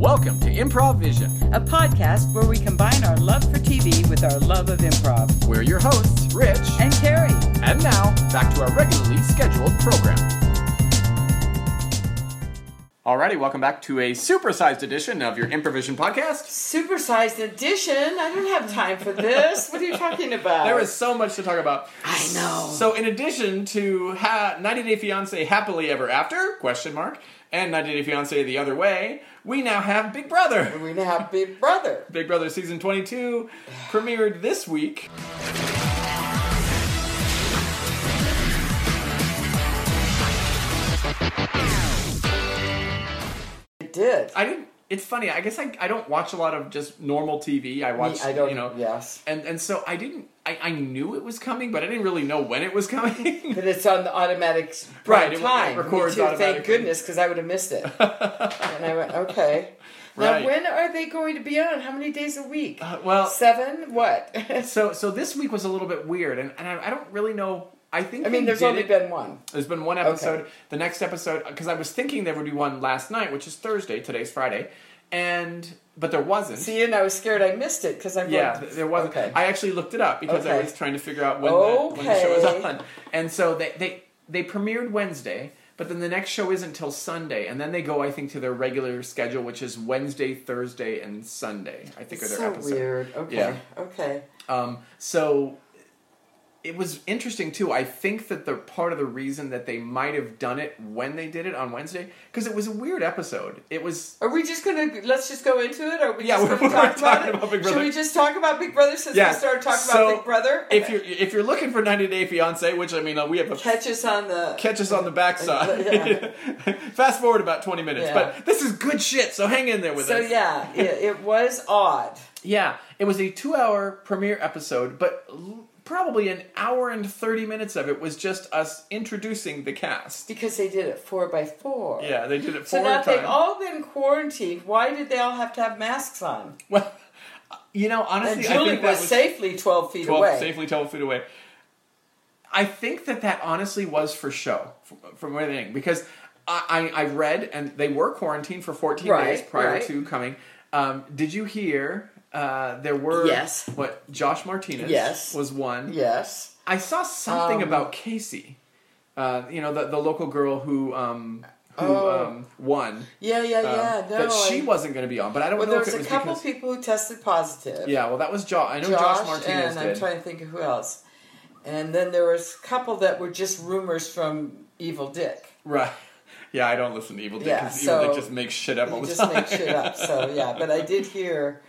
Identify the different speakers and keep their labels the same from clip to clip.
Speaker 1: Welcome to Improv Vision.
Speaker 2: a podcast where we combine our love for TV with our love of improv.
Speaker 1: We're your hosts, Rich,
Speaker 2: And Carrie,
Speaker 1: and now back to our regularly scheduled program. Alrighty, welcome back to a supersized edition of your Improvision podcast.
Speaker 3: Supersized edition. I don't have time for this. What are you talking about?
Speaker 1: There is so much to talk about.
Speaker 3: I know.
Speaker 1: So, in addition to ha- 90 Day Fiance Happily Ever After question mark and 90 Day Fiance The Other Way, we now have Big Brother.
Speaker 3: we now have Big Brother.
Speaker 1: Big Brother season 22 premiered this week.
Speaker 3: It did.
Speaker 1: I didn't. It's funny. I guess I, I don't watch a lot of just normal TV. I watch
Speaker 3: I don't.
Speaker 1: you know
Speaker 3: Yes.
Speaker 1: and and so I didn't. I, I knew it was coming, but I didn't really know when it was coming.
Speaker 3: But it's on the automatic s-
Speaker 1: Right, it- it
Speaker 3: time. Me
Speaker 1: records
Speaker 3: too,
Speaker 1: automatically.
Speaker 3: Thank goodness, because I would have missed it. and I went, okay.
Speaker 1: Right. Uh,
Speaker 3: Now, when are they going to be on? How many days a week?
Speaker 1: well,
Speaker 3: Seven? What?
Speaker 1: so so this week was a little bit weird, and, and I, I don't really know. I think
Speaker 3: I mean,
Speaker 1: they
Speaker 3: there's
Speaker 1: did
Speaker 3: only
Speaker 1: it-
Speaker 3: been one.
Speaker 1: There's been one episode. The next episode, because I was thinking there would be one last night, which is Thursday. Today's Friday, and but there wasn't.
Speaker 3: See, and I was scared I missed it because I'm
Speaker 1: yeah,
Speaker 3: going.
Speaker 1: th- there wasn't.
Speaker 3: Okay.
Speaker 1: I actually looked it up because I
Speaker 3: Okay.
Speaker 1: was trying to figure out when, the, when the show was
Speaker 3: Okay.
Speaker 1: on. And so they, they they premiered Wednesday, but then the next show isn't till Sunday, and then they go I think to their regular schedule, which is Wednesday, Thursday, and Sunday. I think
Speaker 3: It's
Speaker 1: are
Speaker 3: so
Speaker 1: their episodes.
Speaker 3: weird. Okay.
Speaker 1: Yeah.
Speaker 3: Okay.
Speaker 1: Um, so it was interesting too. I think that the part of the reason that they might have done it when they did it on Wednesday because it was a weird episode. It was
Speaker 3: Are we just gonna let's just go into it? Or are we
Speaker 1: Yeah,
Speaker 3: just
Speaker 1: we're-
Speaker 3: gonna
Speaker 1: we're
Speaker 3: talk about,
Speaker 1: talking
Speaker 3: it?
Speaker 1: about Big
Speaker 3: Should
Speaker 1: Brother.
Speaker 3: we just talk about Big Brother since
Speaker 1: Yeah,
Speaker 3: we started talking
Speaker 1: so
Speaker 3: about Big Brother?
Speaker 1: if you're if you're looking for 90 Day Fiance, which I mean uh, we have a
Speaker 3: catch us on the
Speaker 1: catch us on the backside. Fast forward about 20 minutes,
Speaker 3: Yeah.
Speaker 1: but this is good shit, so hang in there with
Speaker 3: so
Speaker 1: us.
Speaker 3: yeah, it, it was odd.
Speaker 1: Yeah, it was a two hour premiere episode, but l- probably an hour and 30 minutes of it was just us introducing the cast.
Speaker 3: Because they did it four by four.
Speaker 1: Yeah, they did it four
Speaker 3: So now
Speaker 1: times.
Speaker 3: if they've all been quarantined. Why did they all have to have masks on?
Speaker 1: well, you know,
Speaker 3: And
Speaker 1: honestly, I
Speaker 3: Julie
Speaker 1: think that
Speaker 3: was,
Speaker 1: was
Speaker 3: safely twelve feet
Speaker 1: 12,
Speaker 3: away.
Speaker 1: safely 12 feet away. I think that that honestly was for show, from, from what I think, because I, I, I read and they were quarantined for 14 days
Speaker 3: Right,
Speaker 1: prior
Speaker 3: right.
Speaker 1: to coming. Um, did you hear? Uh, there were
Speaker 3: Yes.
Speaker 1: What Josh Martinez
Speaker 3: Yes.
Speaker 1: was one.
Speaker 3: Yes.
Speaker 1: I saw something
Speaker 3: Um,
Speaker 1: about Casey. Uh, you know the the local girl who um, who
Speaker 3: Oh.
Speaker 1: um, won.
Speaker 3: Yeah, yeah,
Speaker 1: um,
Speaker 3: yeah. no,
Speaker 1: that she
Speaker 3: I-
Speaker 1: wasn't going to be on, but I don't
Speaker 3: well,
Speaker 1: know
Speaker 3: there
Speaker 1: if
Speaker 3: was
Speaker 1: it
Speaker 3: a
Speaker 1: was
Speaker 3: couple
Speaker 1: because
Speaker 3: people who tested positive.
Speaker 1: yeah. Well, that was Josh. I know Josh,
Speaker 3: Josh,
Speaker 1: Martinez
Speaker 3: and
Speaker 1: did.
Speaker 3: I'm trying to think of who else. And then there was a couple that were just rumors from Evil Dick.
Speaker 1: Right. Yeah, I don't listen to Evil Dick.
Speaker 3: Yeah,
Speaker 1: 'cause Evil Dick
Speaker 3: so
Speaker 1: just makes shit up all
Speaker 3: He
Speaker 1: the
Speaker 3: just
Speaker 1: time.
Speaker 3: make shit up. So yeah, but I did hear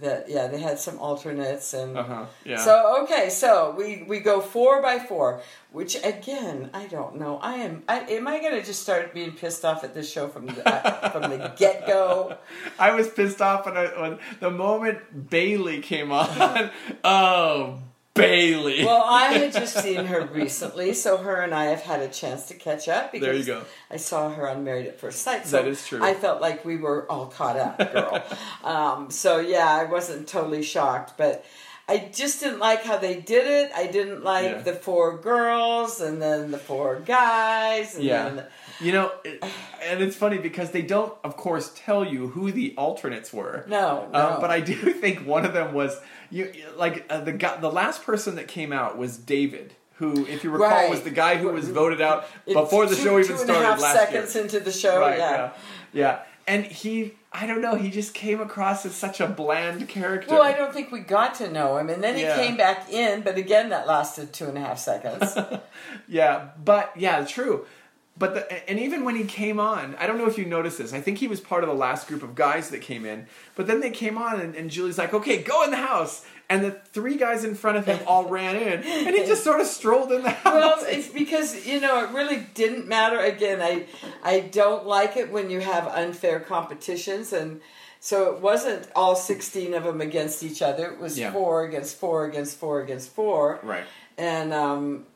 Speaker 3: that yeah they had some alternates and
Speaker 1: Uh-huh, yeah.
Speaker 3: so okay so we we go four by four which again I don't know I am I, am I gonna just start being pissed off at this show from the, uh, from the get go
Speaker 1: I was pissed off when, I, when the moment Bailey came on. oh, Bailey.
Speaker 3: well I had just seen her recently so her and I have had a chance to catch up because
Speaker 1: There you go.
Speaker 3: I saw her on Married at First Sight. So
Speaker 1: That is true.
Speaker 3: I felt like we were all caught up, girl. um, so yeah, I wasn't totally shocked, but I just didn't like how they did it. I didn't like
Speaker 1: Yeah.
Speaker 3: the four girls and then the four guys. And
Speaker 1: yeah.
Speaker 3: Then,
Speaker 1: You know, it, and it's funny because they don't, of course, tell you who the alternates were.
Speaker 3: no, no.
Speaker 1: Um, but I do think one of them was you. Like uh, the guy, the last person that came out was David, who, if you recall,
Speaker 3: Right.
Speaker 1: was the guy who was voted out
Speaker 3: It's
Speaker 1: before the
Speaker 3: two-
Speaker 1: show even
Speaker 3: two and a
Speaker 1: started
Speaker 3: half
Speaker 1: last year.
Speaker 3: seconds into the show,
Speaker 1: right,
Speaker 3: Oh, yeah.
Speaker 1: yeah. Yeah. And he, I don't know, he just came across as such a bland character.
Speaker 3: Well, I don't think we got to know him, and then he
Speaker 1: Yeah.
Speaker 3: came back in, but again, that lasted two and a half seconds.
Speaker 1: Yeah, but yeah, true. But the, and even when he came on, I don't know if you noticed this. I think he was part of the last group of guys that came in. But then they came on, and, and Julie's like, "Okay, go in the house." And the three guys in front of him all ran in, and he just sort of strolled in the house.
Speaker 3: well, it's because you know it really didn't matter. Again, I I don't like it when you have unfair competitions, and so it wasn't all sixteen of them against each other. It was
Speaker 1: Yeah.
Speaker 3: four against four against four against four,
Speaker 1: right.
Speaker 3: and um,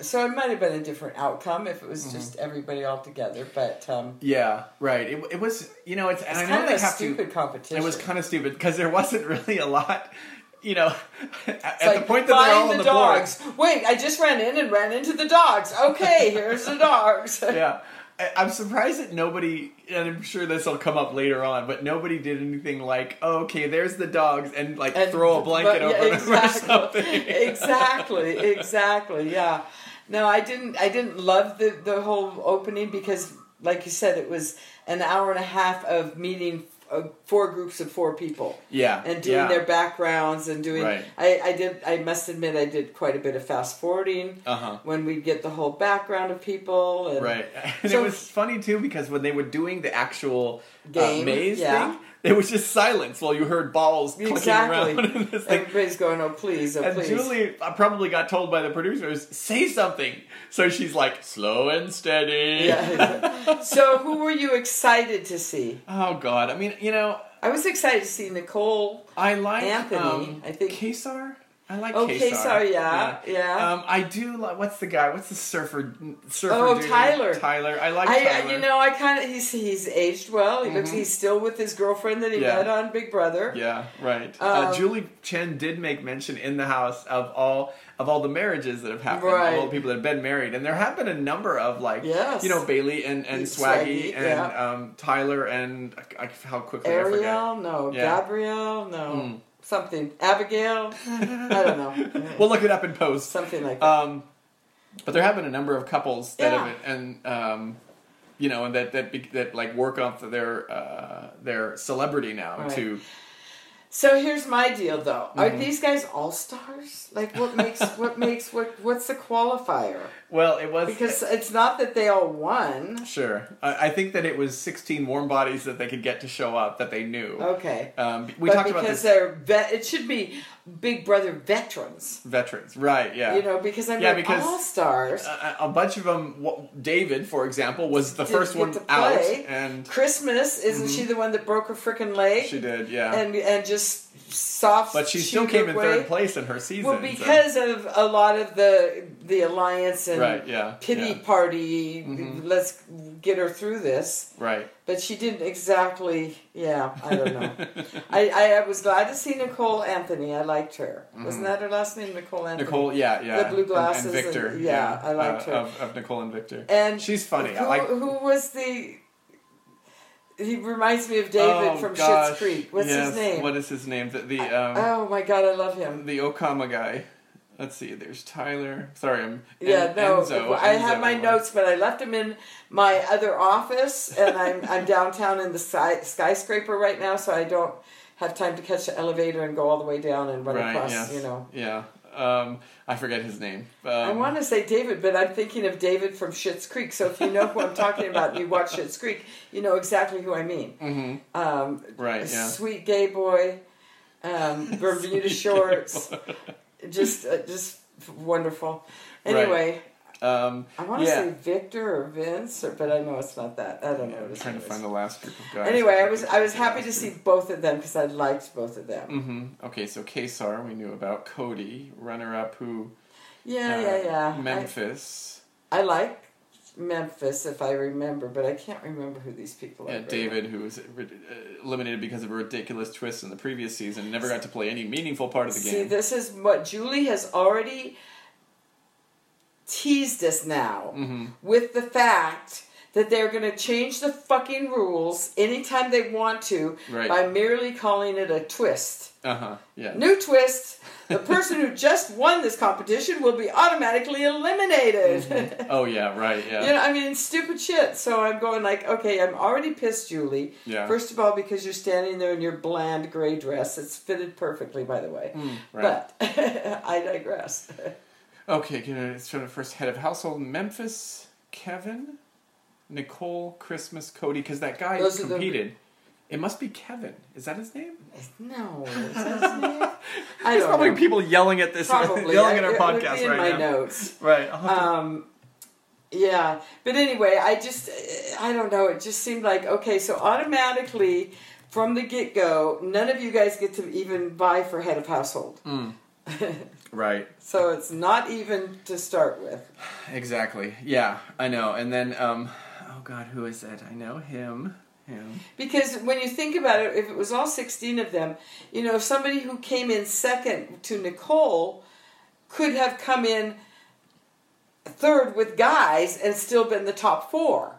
Speaker 3: so it might have been a different outcome if it was
Speaker 1: Mm-hmm.
Speaker 3: just everybody all together. But um,
Speaker 1: Yeah. Right. It, it was. You know. It's. And
Speaker 3: it's
Speaker 1: I know
Speaker 3: kind
Speaker 1: they
Speaker 3: of a
Speaker 1: have
Speaker 3: stupid
Speaker 1: to.
Speaker 3: competition.
Speaker 1: It was kind of stupid because there wasn't really a lot. You know, at, at
Speaker 3: It's
Speaker 1: the
Speaker 3: like,
Speaker 1: point that they're
Speaker 3: find
Speaker 1: all on the, board.
Speaker 3: dogs. Wait, I just ran in and ran into the dogs. Okay, here's the dogs.
Speaker 1: yeah. I, I'm surprised that nobody, and I'm sure this will come up later on, but nobody did anything like, oh, okay, there's the dogs, and like
Speaker 3: And-
Speaker 1: throw a blanket
Speaker 3: but-
Speaker 1: over
Speaker 3: yeah,
Speaker 1: them or something.
Speaker 3: exactly, exactly. Yeah. No, I didn't. I didn't love the the whole opening because, like you said, it was an hour and a half of meeting uh, four groups of four people.
Speaker 1: Yeah,
Speaker 3: and doing
Speaker 1: yeah.
Speaker 3: their backgrounds and doing.
Speaker 1: Right.
Speaker 3: I, I did. I must admit, I did quite a bit of fast forwarding
Speaker 1: Uh-huh.
Speaker 3: when we'd get the whole background of people. And,
Speaker 1: Right. And
Speaker 3: So-
Speaker 1: it was funny too because when they were doing the actual uh,
Speaker 3: Game,
Speaker 1: maze
Speaker 3: yeah.
Speaker 1: thing, there was just silence while you heard balls clicking
Speaker 3: Exactly.
Speaker 1: around. And, this thing.
Speaker 3: Everybody's going, "Oh please, oh
Speaker 1: and
Speaker 3: please."
Speaker 1: Julie uh, probably got told by the producers, say something. So she's like, slow and steady.
Speaker 3: Yeah. so, who were you excited to see?
Speaker 1: Oh, God. I mean, you know,
Speaker 3: I was excited to see Nicole.
Speaker 1: I like
Speaker 3: Anthony,
Speaker 1: um,
Speaker 3: I think-
Speaker 1: Kesar. I like
Speaker 3: Oh,
Speaker 1: Kesar.
Speaker 3: Kesar, yeah, yeah.
Speaker 1: Um, I do like. What's the guy? What's the surfer? Surfer.
Speaker 3: Oh,
Speaker 1: dude?
Speaker 3: Tyler.
Speaker 1: Tyler. I like
Speaker 3: I,
Speaker 1: Tyler.
Speaker 3: you know, I kind of he's he's aged well. He looks he's still with his girlfriend that he
Speaker 1: Mm-hmm. Yeah.
Speaker 3: met on Big Brother.
Speaker 1: Yeah, right. uh,
Speaker 3: Um,
Speaker 1: Julie Chen did make mention in the house of all of all the marriages that have happened,
Speaker 3: Right.
Speaker 1: of all the people that have been married, and there have been a number of like,
Speaker 3: Yes.
Speaker 1: you know, Bailey and and
Speaker 3: Swaggy,
Speaker 1: Swaggy, and
Speaker 3: yeah.
Speaker 1: um, Tyler and I, I- how quickly I forget.
Speaker 3: Ariel, no.
Speaker 1: Yeah. Hmm.
Speaker 3: Gabrielle, no. Something. Abigail, I don't know.
Speaker 1: We'll look it up in post.
Speaker 3: Something like that.
Speaker 1: Um, but there have been a number of couples that
Speaker 3: Yeah.
Speaker 1: have and um, you know, and that that be, that like work off their uh, their celebrity now
Speaker 3: Right.
Speaker 1: to
Speaker 3: so here's my deal, though. Are
Speaker 1: Mm-hmm.
Speaker 3: these guys all stars? Like, what makes what makes what what's the qualifier?
Speaker 1: well, it was
Speaker 3: Because it's not that they all won.
Speaker 1: Sure. I, I think that it was 16 warm bodies that they could get to show up that they knew.
Speaker 3: Okay.
Speaker 1: Um, we
Speaker 3: but
Speaker 1: talked
Speaker 3: because
Speaker 1: about this
Speaker 3: they're vet, it should be Big Brother veterans.
Speaker 1: veterans, right? Yeah.
Speaker 3: You know, because I'm
Speaker 1: Yeah,
Speaker 3: like
Speaker 1: because-
Speaker 3: all stars.
Speaker 1: a, a a bunch of them. David, for example, was the
Speaker 3: Didn't
Speaker 1: first
Speaker 3: get
Speaker 1: one
Speaker 3: to play.
Speaker 1: out, and
Speaker 3: Christmas, isn't she the one that broke her freaking leg?
Speaker 1: Mm-hmm. she did. Yeah.
Speaker 3: And and just soft.
Speaker 1: but she still came in
Speaker 3: way?
Speaker 1: third place in her season.
Speaker 3: Well,
Speaker 1: so-
Speaker 3: because of a lot of the the alliance and
Speaker 1: Right, yeah,
Speaker 3: pity
Speaker 1: yeah. Mm-hmm.
Speaker 3: party. Let's get her through this.
Speaker 1: right.
Speaker 3: But she didn't exactly. Yeah, I don't know. I, I I was glad to see Nicole Anthony. I liked her. Wasn't that her last name, Nicole Anthony?
Speaker 1: Mm-hmm. Nicole, yeah, yeah,
Speaker 3: The blue
Speaker 1: and-
Speaker 3: glasses
Speaker 1: and,
Speaker 3: and-
Speaker 1: Victor,
Speaker 3: yeah, I liked
Speaker 1: uh,
Speaker 3: her.
Speaker 1: of, of Nicole and Victor,
Speaker 3: And
Speaker 1: she's funny.
Speaker 3: Who,
Speaker 1: I like
Speaker 3: who was the? He reminds me of David
Speaker 1: oh,
Speaker 3: from
Speaker 1: gosh.
Speaker 3: Schitt's Creek. What's
Speaker 1: yes,
Speaker 3: his name?
Speaker 1: What is his name? The, the um,
Speaker 3: oh my God, I love him.
Speaker 1: the Okama guy. Let's see. There's Tyler. Sorry, I'm En-
Speaker 3: Yeah, no,
Speaker 1: Enzo,
Speaker 3: I
Speaker 1: Enzo
Speaker 3: have my
Speaker 1: was-
Speaker 3: notes, but I left them in my other office, and I'm I'm downtown in the sky, skyscraper right now, so I don't have time to catch the elevator and go all the way down and run
Speaker 1: Right.
Speaker 3: across.
Speaker 1: Yes.
Speaker 3: You know,
Speaker 1: Yeah. Um, I forget his name. Um,
Speaker 3: I want to say David, but I'm thinking of David from Schitt's Creek. So if you know who I'm talking about, and you watch Schitt's Creek, you know exactly who I mean. Mm-hmm. Um,
Speaker 1: Right, yeah.
Speaker 3: Sweet gay boy, um, Bermuda shorts, just uh, just wonderful.
Speaker 1: Right.
Speaker 3: Anyway.
Speaker 1: Um,
Speaker 3: I want to
Speaker 1: yeah.
Speaker 3: say Victor or Vince, or, but I know it's not that. I don't know. What
Speaker 1: I'm
Speaker 3: his
Speaker 1: trying to
Speaker 3: name
Speaker 1: find
Speaker 3: is.
Speaker 1: the last group of guys.
Speaker 3: Anyway, I was I was happy to see both of them because I liked both of them.
Speaker 1: hmm Okay, so Kesar we knew about Cody, runner-up who
Speaker 3: Yeah,
Speaker 1: uh,
Speaker 3: yeah, yeah.
Speaker 1: Memphis,
Speaker 3: I, I like Memphis if I remember, but I can't remember who these people are.
Speaker 1: uh,
Speaker 3: right
Speaker 1: David who was ri- uh, eliminated because of a ridiculous twist in the previous season, never got to play any meaningful part
Speaker 3: now.
Speaker 1: of the
Speaker 3: See,
Speaker 1: game.
Speaker 3: this is what Julie has already teased us now
Speaker 1: Mm-hmm.
Speaker 3: with the fact that they're going to change the fucking rules anytime they want to
Speaker 1: Right.
Speaker 3: by merely calling it a twist.
Speaker 1: uh huh. Yeah.
Speaker 3: New twist the person who just won this competition will be automatically eliminated.
Speaker 1: Oh yeah. Right. Yeah.
Speaker 3: you know, I mean, stupid shit. So I'm going like, okay, I'm already pissed, Julie.
Speaker 1: Yeah.
Speaker 3: First of all, because you're standing there in your bland gray dress. It's fitted perfectly, by the way.
Speaker 1: Mm, right.
Speaker 3: But I digress.
Speaker 1: Okay, you know, it's from the first head of household Memphis, Kevin, Nicole, Christmas, Cody, because that guy
Speaker 3: Those are the-
Speaker 1: competed. It must be Kevin. Is that his name?
Speaker 3: No. is that his name? I
Speaker 1: There's
Speaker 3: don't
Speaker 1: probably
Speaker 3: know.
Speaker 1: people yelling at this,
Speaker 3: Probably.
Speaker 1: yelling at
Speaker 3: I-
Speaker 1: our
Speaker 3: it would be
Speaker 1: podcast
Speaker 3: in
Speaker 1: right
Speaker 3: my
Speaker 1: now.
Speaker 3: notes.
Speaker 1: Right. I'll have to-
Speaker 3: Um, yeah, but anyway, I just, I don't know. It just seemed like okay, so automatically from the get go, none of you guys get to even vie for head of household.
Speaker 1: right.
Speaker 3: So it's not even to start with.
Speaker 1: Exactly. Yeah, I know. And then, um, oh God, who is it? I know him. Him.
Speaker 3: Because when you think about it, if it was all 16 of them, you know, if somebody who came in second to Nicole could have come in third with guys and still been the top 4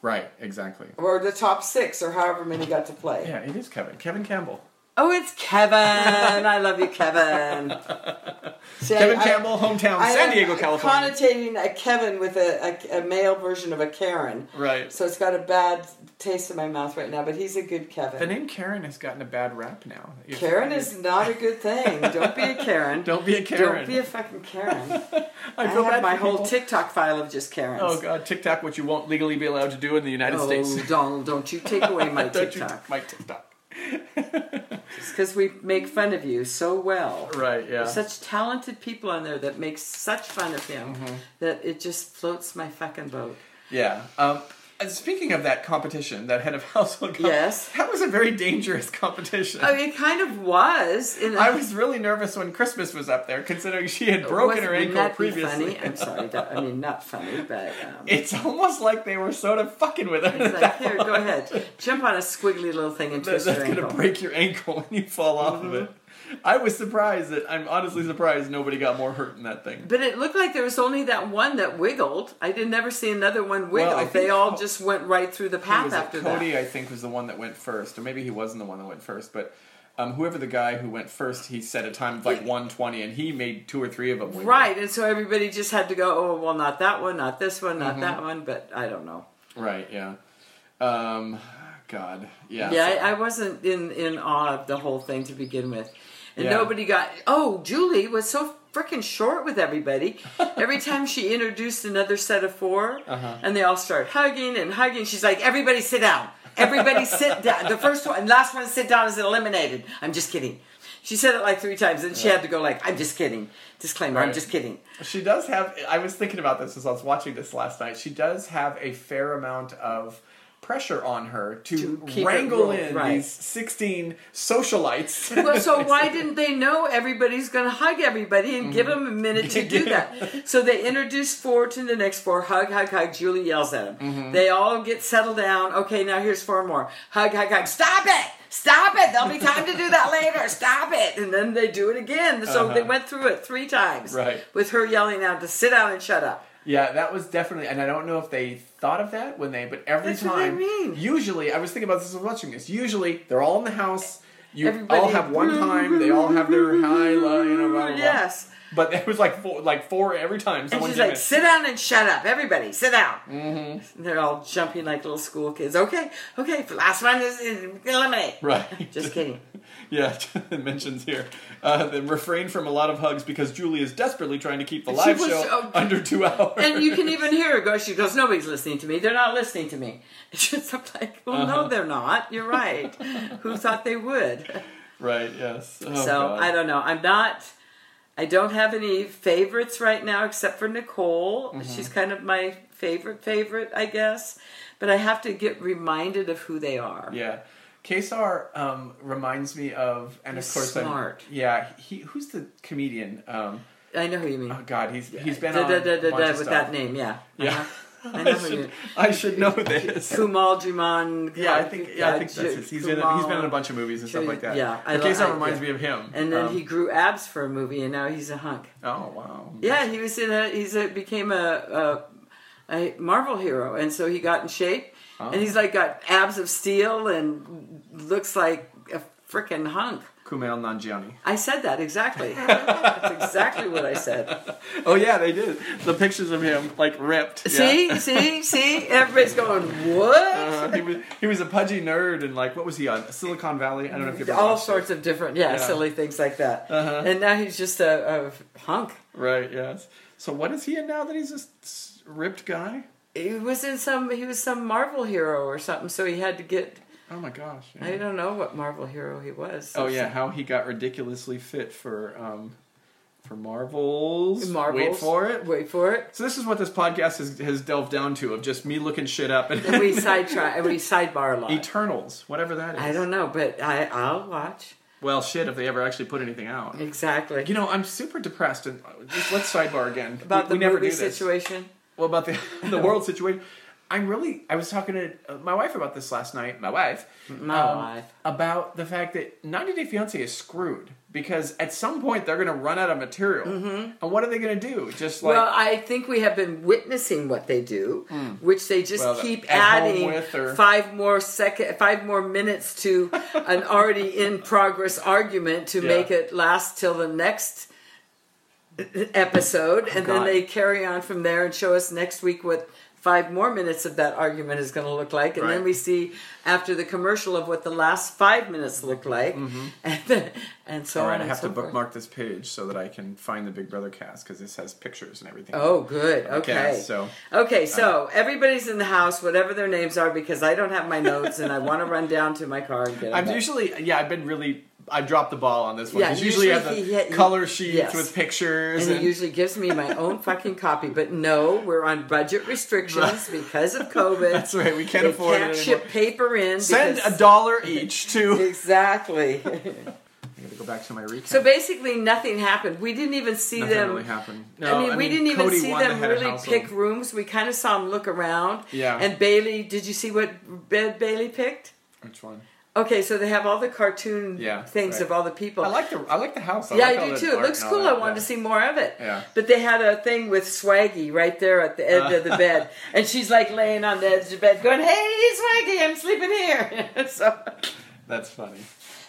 Speaker 1: Right, exactly.
Speaker 3: or the top six or however many got to play.
Speaker 1: Yeah, it is Kevin. Kevin Campbell.
Speaker 3: Oh, it's Kevin. I love you, Kevin. See, I-
Speaker 1: Kevin
Speaker 3: I-
Speaker 1: Campbell, hometown,
Speaker 3: I
Speaker 1: San
Speaker 3: am
Speaker 1: Diego, California.
Speaker 3: Connotating a Kevin with a, a, a male version of a Karen.
Speaker 1: right.
Speaker 3: So it's got a bad taste in my mouth right now, but he's a good Kevin.
Speaker 1: The name Karen has gotten a bad rap now. It's-
Speaker 3: Karen is not a good thing. Don't be a Karen.
Speaker 1: Don't be a Karen.
Speaker 3: Don't be a fucking Karen. I,
Speaker 1: I feel
Speaker 3: have
Speaker 1: bad
Speaker 3: my
Speaker 1: for
Speaker 3: whole
Speaker 1: people.
Speaker 3: TikTok file of just Karens.
Speaker 1: Oh God, TikTok, what you won't legally be allowed to do in the United
Speaker 3: Oh,
Speaker 1: States.
Speaker 3: Donald, don't you take away my
Speaker 1: Don't you
Speaker 3: TikTok.
Speaker 1: t- my TikTok.
Speaker 3: It's because we make fun of you so well.
Speaker 1: Right. Yeah.
Speaker 3: There's such talented people on there that make such fun of him
Speaker 1: Mm-hmm.
Speaker 3: that it just floats my fucking boat.
Speaker 1: Yeah. Um, and speaking of that competition, that head of household. comp-
Speaker 3: Yes. Oh,
Speaker 1: That was a very dangerous competition.
Speaker 3: I mean, it kind of was. In a-
Speaker 1: I was really nervous when Christmas was up there, considering she had broken
Speaker 3: Wasn't-
Speaker 1: her
Speaker 3: wouldn't
Speaker 1: ankle
Speaker 3: that be
Speaker 1: previously.
Speaker 3: Funny? I'm sorry. That, I mean, not funny, but um,
Speaker 1: It's almost like they were sort of fucking with her. at
Speaker 3: it's like,
Speaker 1: that
Speaker 3: here,
Speaker 1: point.
Speaker 3: go ahead, jump on a squiggly little thing and
Speaker 1: That-
Speaker 3: twist
Speaker 1: that's
Speaker 3: your
Speaker 1: gonna
Speaker 3: ankle.
Speaker 1: break your ankle when you fall off of it.
Speaker 3: Mm-hmm.
Speaker 1: I was surprised that I'm honestly surprised nobody got more hurt in that thing.
Speaker 3: But it looked like there was only that one that wiggled. I did never see another one
Speaker 1: Well, I
Speaker 3: wiggle.
Speaker 1: think
Speaker 3: they all
Speaker 1: Co-
Speaker 3: just went right through the
Speaker 1: Who
Speaker 3: path
Speaker 1: was it?
Speaker 3: after
Speaker 1: Cody,
Speaker 3: that.
Speaker 1: I think, was the one that went first, or maybe he wasn't the one that went first, but um, whoever the guy who went first, he set a time of like
Speaker 3: Yeah.
Speaker 1: 120, and he made two or three of them. wiggle.
Speaker 3: Right, and so everybody just had to go. Oh well, not that one, not this one, not
Speaker 1: Mm-hmm.
Speaker 3: that one. But I don't know.
Speaker 1: Right. Yeah. Um, God. Yeah.
Speaker 3: Yeah,
Speaker 1: so-
Speaker 3: I, I wasn't in in awe of the whole thing to begin with, and
Speaker 1: Yeah.
Speaker 3: nobody got. Oh, Julie was so freaking short with everybody. Every time she introduced another set of 4
Speaker 1: Uh-huh.
Speaker 3: and they all start hugging and hugging, she's like, "Everybody sit down. Everybody sit down. The first one, last one to sit down is eliminated." I'm just kidding. She said it like three times, and she had to go like, "I'm just kidding." Disclaimer: I'm
Speaker 1: Right.
Speaker 3: just kidding.
Speaker 1: She does have. I was thinking about this as I was watching this last night. She does have a fair amount of pressure on her to,
Speaker 3: To keep it
Speaker 1: wrangle
Speaker 3: roll-
Speaker 1: in
Speaker 3: right.
Speaker 1: these 16 socialites.
Speaker 3: Well, so why didn't they know everybody's going to hug everybody and give 'em give them a minute to do that? So they introduce four to the next four. Hug, hug, hug. Julie yells at them. They all get settled down. Okay, now here's four more. Hug, hug, hug. Stop it! Stop it! There'll be time to do that later. Stop it! And then they do it again. So they went through it three times.
Speaker 1: Right.
Speaker 3: With her yelling out to sit down and shut up.
Speaker 1: Yeah, that was definitely, and I don't know if they thought of that when they, but every
Speaker 3: That's what I
Speaker 1: time,
Speaker 3: mean.
Speaker 1: usually, I was thinking about this as I was watching this. Usually, they're all in the house. You
Speaker 3: Everybody-
Speaker 1: all have one time. They all have their high, low, you know, blah, blah, blah.
Speaker 3: Yes.
Speaker 1: But it was like four, like four every time.
Speaker 3: And
Speaker 1: Someone
Speaker 3: she's
Speaker 1: did
Speaker 3: like,
Speaker 1: it. Mm-hmm.
Speaker 3: sit down and shut up, everybody, sit down. And they're all jumping like little school kids. Okay, okay, last one is is eliminate.
Speaker 1: right.
Speaker 3: Just kidding.
Speaker 1: Yeah, it mentions here. Uh, then refrain from a lot of hugs because Julie is desperately trying to keep the live
Speaker 3: was-
Speaker 1: show
Speaker 3: oh.
Speaker 1: under two hours.
Speaker 3: And you can even hear her go, she goes, nobody's listening to me. They're not listening to me. It's just I'm like, well,
Speaker 1: Uh-huh.
Speaker 3: no, they're not. You're right. Who thought they would?
Speaker 1: right, yes. Oh,
Speaker 3: so
Speaker 1: God.
Speaker 3: I don't know. I'm not. I don't have any favorites right now except for Nicole.
Speaker 1: Mm-hmm.
Speaker 3: She's kind of my favorite favorite, I guess. But I have to get reminded of who they are.
Speaker 1: Yeah. Kesar um, reminds me of, and of
Speaker 3: He's
Speaker 1: course, I'm-
Speaker 3: smart.
Speaker 1: yeah, he who's the comedian? Um,
Speaker 3: I know who you mean.
Speaker 1: oh God, he's he's been
Speaker 3: Da-
Speaker 1: on
Speaker 3: da-
Speaker 1: a
Speaker 3: da- da-
Speaker 1: bunch
Speaker 3: da
Speaker 1: of stuff.
Speaker 3: with that name, yeah.
Speaker 1: Yeah,
Speaker 3: Uh-huh. I know
Speaker 1: I
Speaker 3: who you
Speaker 1: should I should know this.
Speaker 3: Kumal Juman.
Speaker 1: Yeah, I think yeah, I think
Speaker 3: Ju-
Speaker 1: that's his. He's been in, he's been in a
Speaker 3: Kumail.
Speaker 1: bunch of movies and stuff like that.
Speaker 3: Yeah, I
Speaker 1: But
Speaker 3: lo-
Speaker 1: Kesar
Speaker 3: I-
Speaker 1: reminds
Speaker 3: yeah.
Speaker 1: me of him.
Speaker 3: And then
Speaker 1: Um,
Speaker 3: he grew abs for a movie, and now he's a hunk.
Speaker 1: Oh wow.
Speaker 3: Yeah, he was in a. He's a became a a, a Marvel hero, and so he got in shape,
Speaker 1: Oh.
Speaker 3: and he's like got abs of steel and looks like a freaking hunk.
Speaker 1: Kumail Nanjiani.
Speaker 3: I said that exactly. That's exactly what I said.
Speaker 1: Oh yeah, they did. The pictures of him like ripped. yeah.
Speaker 3: See, see, see. Everybody's going what?
Speaker 1: Uh, he was he was a pudgy nerd and like what was he on Silicon Valley? I don't know if you ever
Speaker 3: All
Speaker 1: watched
Speaker 3: sorts of different, yeah,
Speaker 1: Yeah. Uh-huh.
Speaker 3: silly things like that. And now he's just a, a hunk.
Speaker 1: it. right. Yes. So what is he in now that he's this s- ripped guy?
Speaker 3: He was in some. He was some Marvel hero or something. So he had to get.
Speaker 1: Oh my gosh. yeah.
Speaker 3: I don't know what Marvel hero he was.
Speaker 1: Oh yeah, how he got ridiculously fit for um for Marvels.
Speaker 3: Marvel.
Speaker 1: Wait for it.
Speaker 3: Wait for it.
Speaker 1: So this is what this podcast has, has delved down to of just me looking shit up
Speaker 3: And
Speaker 1: and
Speaker 3: we sidetrack and we sidebar a lot.
Speaker 1: Eternals, whatever that is.
Speaker 3: I don't know, but I I'll watch
Speaker 1: Well, shit, if they ever actually put anything out.
Speaker 3: exactly.
Speaker 1: You know, I'm super depressed, and just, let's sidebar again.
Speaker 3: about
Speaker 1: we,
Speaker 3: the
Speaker 1: we never
Speaker 3: movie
Speaker 1: do this.
Speaker 3: situation.
Speaker 1: Well, about the the world situation. I'm really. I was talking to uh, my wife about this last night. My wife.
Speaker 3: My
Speaker 1: Um,
Speaker 3: wife.
Speaker 1: About the fact that 90 Day Fiance is screwed because at some point they're going to run out of material. And what are they going to do? Just like.
Speaker 3: Mm-hmm.
Speaker 1: Hmm.
Speaker 3: well, I think we have been witnessing what they do, which they just
Speaker 1: Well,
Speaker 3: keep
Speaker 1: at home
Speaker 3: adding
Speaker 1: with or-
Speaker 3: five more second, five more minutes to an already in progress argument to
Speaker 1: Yeah.
Speaker 3: make it last till the next episode, and then
Speaker 1: God.
Speaker 3: they carry on from there and show us next week what five more minutes of that argument is going to look like, and then
Speaker 1: Right.
Speaker 3: we see after the commercial of what the last five minutes look like, and, then, and
Speaker 1: Mm-hmm.
Speaker 3: so
Speaker 1: all
Speaker 3: on.
Speaker 1: right, I
Speaker 3: and
Speaker 1: have
Speaker 3: so
Speaker 1: to
Speaker 3: forth.
Speaker 1: bookmark this page so that I can find the Big Brother cast because this has pictures and everything.
Speaker 3: Oh, good. Okay.
Speaker 1: Okay, so-
Speaker 3: okay, so
Speaker 1: Uh-huh.
Speaker 3: everybody's in the house, whatever their names are, because I don't have my notes and I want to run down to my car and get. 'em
Speaker 1: I'm
Speaker 3: back.
Speaker 1: usually yeah. I've been really. I dropped the ball on this one.
Speaker 3: Yeah,
Speaker 1: 'cause usually, I have
Speaker 3: usually
Speaker 1: the
Speaker 3: he hit- he-
Speaker 1: color sheets
Speaker 3: yes.
Speaker 1: with pictures
Speaker 3: and
Speaker 1: and,
Speaker 3: he usually gives me my own fucking copy, but no, we're on budget restrictions because of COVID.
Speaker 1: That's right, we can't
Speaker 3: They
Speaker 1: afford it
Speaker 3: can't
Speaker 1: anymore.
Speaker 3: ship paper in.
Speaker 1: send
Speaker 3: because-
Speaker 1: a dollar each to.
Speaker 3: Exactly.
Speaker 1: I gotta go back to my recap.
Speaker 3: so basically, nothing happened. We didn't even see
Speaker 1: Nothing
Speaker 3: them.
Speaker 1: really happened.
Speaker 3: I mean, we didn't even
Speaker 1: Cody
Speaker 3: see
Speaker 1: won the
Speaker 3: them
Speaker 1: head of
Speaker 3: really
Speaker 1: household.
Speaker 3: pick rooms. We kind of saw them look around.
Speaker 1: Yeah.
Speaker 3: And Bailey, did you see what bed Bailey picked?
Speaker 1: Which one?
Speaker 3: Okay, so they have all the cartoon
Speaker 1: Yeah,
Speaker 3: things
Speaker 1: right.
Speaker 3: of all the people.
Speaker 1: I like the I like the house. I
Speaker 3: yeah,
Speaker 1: like
Speaker 3: I
Speaker 1: all
Speaker 3: do
Speaker 1: the
Speaker 3: too. It
Speaker 1: art
Speaker 3: looks
Speaker 1: and all
Speaker 3: cool.
Speaker 1: that,
Speaker 3: I wanted
Speaker 1: yeah.
Speaker 3: to see more of it.
Speaker 1: Yeah.
Speaker 3: But they had a thing with Swaggy right there at the edge of the bed, and she's like laying on the edge of the bed, going, "Hey, Swaggy, I'm sleeping here." so,
Speaker 1: That's funny.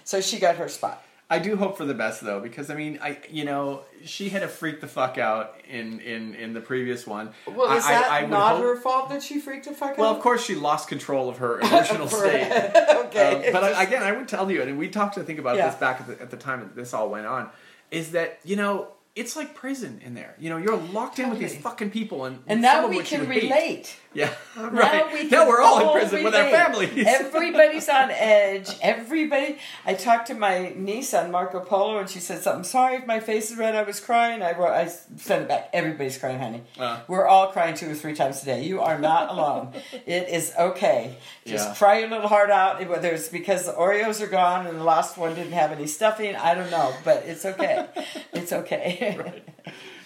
Speaker 3: so she got her spot.
Speaker 1: I do hope for the best though, because I mean, I you know, she had to freak the fuck out in in in the previous one.
Speaker 3: Well,
Speaker 1: I-
Speaker 3: is
Speaker 1: I-
Speaker 3: that
Speaker 1: I would
Speaker 3: not
Speaker 1: hope-
Speaker 3: her fault that she freaked the fuck
Speaker 1: Well,
Speaker 3: out?
Speaker 1: of course, she lost control of her emotional state.
Speaker 3: okay.
Speaker 1: Um, but I, again, I would tell you, and we talked, I think, about
Speaker 3: Yeah.
Speaker 1: this back at the, at the time that this all went on, is that, you know, it's like prison in there. You know, you're locked in with these
Speaker 3: Totally.
Speaker 1: fucking people, and,
Speaker 3: and
Speaker 1: some
Speaker 3: now
Speaker 1: of
Speaker 3: we
Speaker 1: which you
Speaker 3: can
Speaker 1: would hate.
Speaker 3: relate.
Speaker 1: Yeah,
Speaker 3: Now
Speaker 1: right.
Speaker 3: we
Speaker 1: Now
Speaker 3: can
Speaker 1: we're all in
Speaker 3: all
Speaker 1: prison with our
Speaker 3: relate.
Speaker 1: families.
Speaker 3: Everybody's on edge. Everybody. I talked to my niece on Marco Polo, and she said something. Sorry if my face is red. I was crying. I wrote. I sent it back. Everybody's crying, honey.
Speaker 1: Uh.
Speaker 3: We're all crying two or three times a day. You are not alone. it is okay. Just
Speaker 1: Yeah.
Speaker 3: cry your little heart out. Whether it's because the Oreos are gone and the last one didn't have any stuffing, I don't know, but it's okay. it's okay.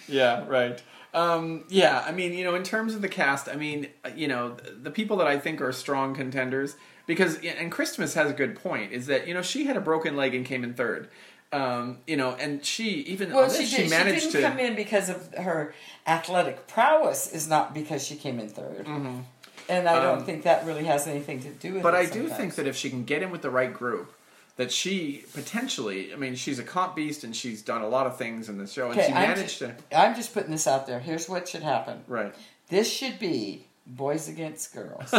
Speaker 1: yeah, right. Um, yeah, I mean, you know, in terms of the cast, I mean, uh, you know, th- the people that I think are strong contenders, because, and Christmas has a good point, is that, you know, she had a broken leg and came in third. Um, you know, and she, even
Speaker 3: Well,
Speaker 1: on this,
Speaker 3: she, did.
Speaker 1: managed
Speaker 3: she
Speaker 1: to.
Speaker 3: didn't come in because of her athletic prowess. Is not because she came in 3rd and I don't think that really has anything to do with.
Speaker 1: Mm-hmm. Um, But
Speaker 3: it
Speaker 1: I do
Speaker 3: sometimes.
Speaker 1: think that if she can get in with the right group, that she potentially, I mean, she's a comp beast and she's done a lot of things in this show, and
Speaker 3: Okay,
Speaker 1: she
Speaker 3: I'm
Speaker 1: managed
Speaker 3: ju-
Speaker 1: to.
Speaker 3: I'm just putting this out there. Here's what should happen.
Speaker 1: Right.
Speaker 3: This should be boys against girls.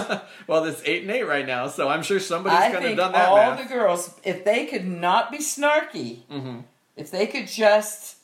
Speaker 1: Well, it's eight and eight right now, so I'm sure somebody's
Speaker 3: I
Speaker 1: going to
Speaker 3: think
Speaker 1: done that
Speaker 3: all
Speaker 1: math.
Speaker 3: the girls, if they could not be snarky,
Speaker 1: Mm-hmm.
Speaker 3: if they could just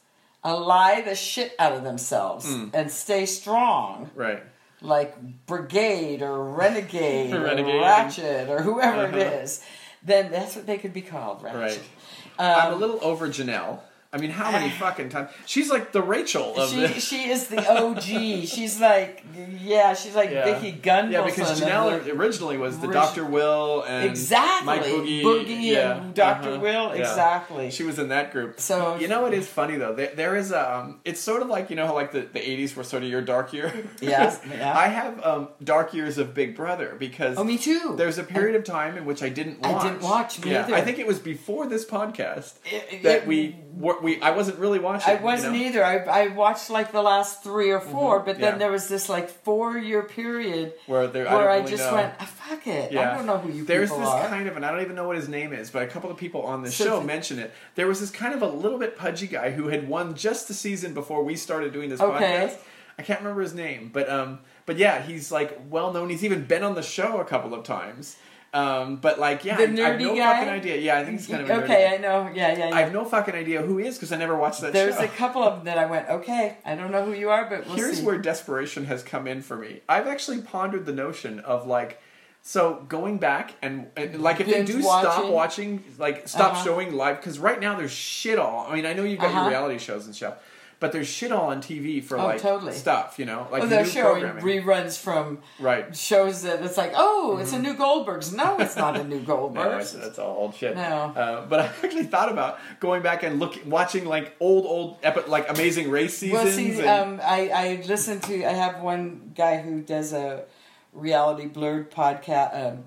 Speaker 3: uh, lie the shit out of themselves
Speaker 1: Mm.
Speaker 3: and stay strong,
Speaker 1: Right.
Speaker 3: like Brigade or Renegade,
Speaker 1: Renegade.
Speaker 3: or Ratchet or whoever it
Speaker 1: Uh-huh.
Speaker 3: is, then that's what they could be called, Ratchet.
Speaker 1: Right.
Speaker 3: Um,
Speaker 1: I'm a little over Janelle. I mean, how many fucking times? She's like the Rachel of
Speaker 3: She
Speaker 1: this.
Speaker 3: she is the OG. she's like yeah, she's like
Speaker 1: Yeah.
Speaker 3: Vicky Gunvalson.
Speaker 1: Yeah, because
Speaker 3: of
Speaker 1: Janelle
Speaker 3: the-
Speaker 1: originally was the
Speaker 3: Orig-
Speaker 1: Doctor Will and
Speaker 3: Exactly.
Speaker 1: Mike Boogie, uh-huh.
Speaker 3: Boogie and Dr. Will, exactly.
Speaker 1: She was in that group.
Speaker 3: So-
Speaker 1: you know, it is funny though. There, there is a. Um, it's sort of like you know how like the the '80s were sort of your dark year.
Speaker 3: Yeah, yeah.
Speaker 1: I have um, dark years of Big Brother because
Speaker 3: Oh, me too.
Speaker 1: there's a period of time in which I didn't
Speaker 3: I
Speaker 1: watch.
Speaker 3: didn't watch, me
Speaker 1: yeah,
Speaker 3: either.
Speaker 1: I think it was before this podcast
Speaker 3: It- it-
Speaker 1: that we were, we I wasn't really watching.
Speaker 3: I wasn't
Speaker 1: you know? Mm-hmm.
Speaker 3: either. I, I watched like the last three or 4 but then
Speaker 1: yeah.
Speaker 3: there was this like four year period
Speaker 1: Where there- I
Speaker 3: where
Speaker 1: don't
Speaker 3: I,
Speaker 1: really
Speaker 3: just
Speaker 1: know.
Speaker 3: went, "Ah, fuck it. I don't know who you
Speaker 1: There's
Speaker 3: people
Speaker 1: this
Speaker 3: are.
Speaker 1: kind of, and I don't even know what his name is, but a couple of people on this
Speaker 3: So
Speaker 1: show
Speaker 3: the-
Speaker 1: mention it. There was this kind of a little bit pudgy guy who had won just the season before we started doing this
Speaker 3: Okay.
Speaker 1: podcast. I can't remember his name, but um, but yeah, he's like well known. He's even been on the show a couple of times. Um, but like, yeah,
Speaker 3: The
Speaker 1: I- I have
Speaker 3: nerdy
Speaker 1: no
Speaker 3: guy?
Speaker 1: fucking idea. Yeah, I think it's kind of a nerdy
Speaker 3: okay,
Speaker 1: guy.
Speaker 3: I know. Yeah, yeah, yeah.
Speaker 1: I, have no fucking idea who he is because I never watched that
Speaker 3: There's
Speaker 1: show.
Speaker 3: a couple of them that I went, okay, I don't know who you are, but we'll
Speaker 1: Here's
Speaker 3: see.
Speaker 1: where desperation has come in for me. I've actually pondered the notion of like, so going back and, and, like if
Speaker 3: Binge
Speaker 1: they do stop
Speaker 3: watching.
Speaker 1: watching, like stop
Speaker 3: Uh-huh.
Speaker 1: showing live because right now there's shit all. I mean, I know you've got
Speaker 3: Uh-huh.
Speaker 1: your reality shows and stuff, but there's shit all on TV for
Speaker 3: Oh,
Speaker 1: like
Speaker 3: totally.
Speaker 1: stuff. You know, like
Speaker 3: oh,
Speaker 1: new
Speaker 3: they're showing
Speaker 1: programming.
Speaker 3: reruns from
Speaker 1: Right.
Speaker 3: shows that it's like, oh, it's a new Goldbergs. No, it's not a new
Speaker 1: Mm-hmm. No, that's,
Speaker 3: Goldbergs.
Speaker 1: that's all old shit.
Speaker 3: No.
Speaker 1: Uh, but I actually thought about going back and look, watching like old, old, epi- like
Speaker 3: um,
Speaker 1: Amazing Race seasons.
Speaker 3: well, see,
Speaker 1: and,
Speaker 3: um, I I listen to I have one guy who does a reality blurred podcast um,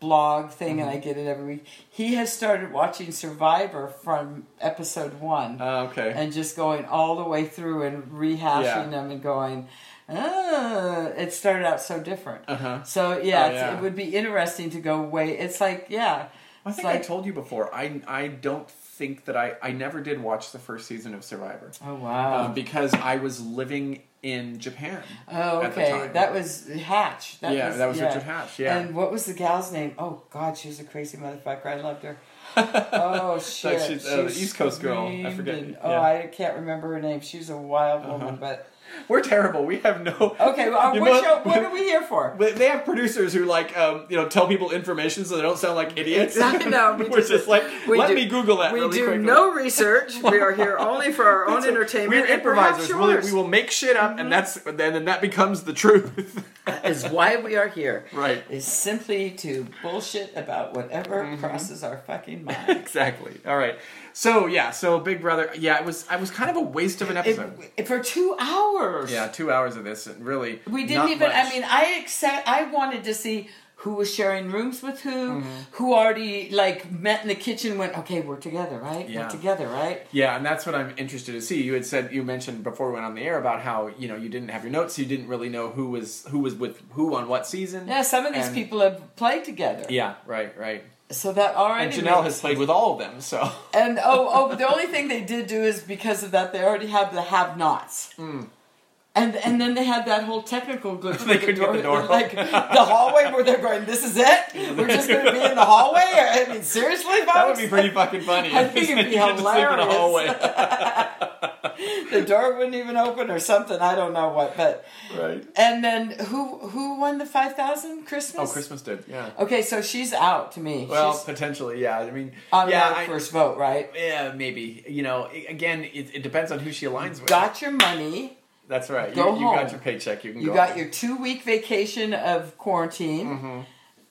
Speaker 3: blog thing, and I
Speaker 1: Mm-hmm.
Speaker 3: get it every week. He has started watching Survivor from episode one
Speaker 1: Uh, okay.
Speaker 3: and just going all the way through and rehashing
Speaker 1: Yeah.
Speaker 3: them and going, ah, it started out so different.
Speaker 1: Uh-huh.
Speaker 3: So yeah,
Speaker 1: Oh,
Speaker 3: it's,
Speaker 1: yeah.
Speaker 3: it would be interesting to go way. It's like yeah,
Speaker 1: I
Speaker 3: it's
Speaker 1: think I
Speaker 3: like
Speaker 1: told you before. I I don't think that I I never did watch the first season of Survivor
Speaker 3: oh
Speaker 1: uh,
Speaker 3: wow,
Speaker 1: because I was living in Japan.
Speaker 3: oh
Speaker 1: at the
Speaker 3: okay,
Speaker 1: time.
Speaker 3: that was Hatch. That
Speaker 1: yeah,
Speaker 3: was,
Speaker 1: that was
Speaker 3: yeah.
Speaker 1: Richard Hatch. Yeah,
Speaker 3: And what was the gal's name? Oh God, she was a crazy motherfucker. I loved her. Oh shit,
Speaker 1: she's, uh,
Speaker 3: She
Speaker 1: the East Coast girl. I
Speaker 3: screamed
Speaker 1: forget.
Speaker 3: and-
Speaker 1: Yeah.
Speaker 3: Oh, I can't remember her name. She was a wild woman, but
Speaker 1: we're terrible. We have no.
Speaker 3: okay. Well,
Speaker 1: You
Speaker 3: what,
Speaker 1: know
Speaker 3: show,
Speaker 1: what-
Speaker 3: what are we here for?
Speaker 1: But They have producers who like um, you know tell people information so they don't sound like idiots.
Speaker 3: Exactly, no, we
Speaker 1: we are
Speaker 3: do-
Speaker 1: just like
Speaker 3: we
Speaker 1: let
Speaker 3: do-
Speaker 1: me Google that.
Speaker 3: we
Speaker 1: really
Speaker 3: do
Speaker 1: quickly.
Speaker 3: no research. We are here only for our own
Speaker 1: That's it.
Speaker 3: entertainment.
Speaker 1: We're
Speaker 3: and perhaps
Speaker 1: improvisers. We'll-
Speaker 3: yours. Mm-hmm.
Speaker 1: we will make shit up, and that's then then that becomes the truth.
Speaker 3: is why we are here.
Speaker 1: Right. Mm-hmm.
Speaker 3: Is simply to bullshit about whatever crosses our fucking mind.
Speaker 1: exactly. All right. So yeah. So Big Brother. Yeah. It was. I was kind of a waste of an
Speaker 3: It-
Speaker 1: episode.
Speaker 3: it- for two hours.
Speaker 1: yeah. Two hours of this, and really,
Speaker 3: We
Speaker 1: not
Speaker 3: didn't even. I
Speaker 1: much.
Speaker 3: mean, I accept. I wanted to see who was sharing rooms with who,
Speaker 1: Mm-hmm.
Speaker 3: who already like met in the kitchen. Went okay, we're together, right?
Speaker 1: Yeah.
Speaker 3: We're together, right?
Speaker 1: Yeah, and that's what I'm interested to see. You had said you mentioned before we went on the air about how you know you didn't have your notes, you didn't really know who was who was with who on what season.
Speaker 3: Yeah, some of these
Speaker 1: And-
Speaker 3: people have played together.
Speaker 1: Yeah, right, right.
Speaker 3: So that already.
Speaker 1: And Janelle
Speaker 3: made-
Speaker 1: has played with all of them, so
Speaker 3: And oh, oh, but the only thing they did do is because of that they already have the have-nots. And and then they had that whole technical glitch.
Speaker 1: Hmm. They
Speaker 3: with
Speaker 1: couldn't get the door
Speaker 3: like the
Speaker 1: open.
Speaker 3: hallway where they're going. This is it. We're just going to be in the hallway. I mean, seriously, folks?
Speaker 1: that would be pretty fucking funny.
Speaker 3: I think it'd be
Speaker 1: You could just sleep in the
Speaker 3: hilarious.
Speaker 1: hallway.
Speaker 3: the door wouldn't even open or something. I don't know what, but
Speaker 1: right.
Speaker 3: and then who who won the five thousand
Speaker 1: Oh,
Speaker 3: Christmas?
Speaker 1: Christmas did. Yeah.
Speaker 3: Okay, so she's out to me.
Speaker 1: Well,
Speaker 3: Oh, she's
Speaker 1: potentially, yeah. I mean,
Speaker 3: on
Speaker 1: yeah,
Speaker 3: my
Speaker 1: I-
Speaker 3: first vote, right?
Speaker 1: yeah, maybe. You know, i- again, it, it depends on who she aligns with.
Speaker 3: Got your money.
Speaker 1: That's right.
Speaker 3: Go
Speaker 1: you, you
Speaker 3: home.
Speaker 1: got your paycheck. You can
Speaker 3: You
Speaker 1: go.
Speaker 3: got
Speaker 1: home.
Speaker 3: your two week vacation of quarantine
Speaker 1: Mm-hmm.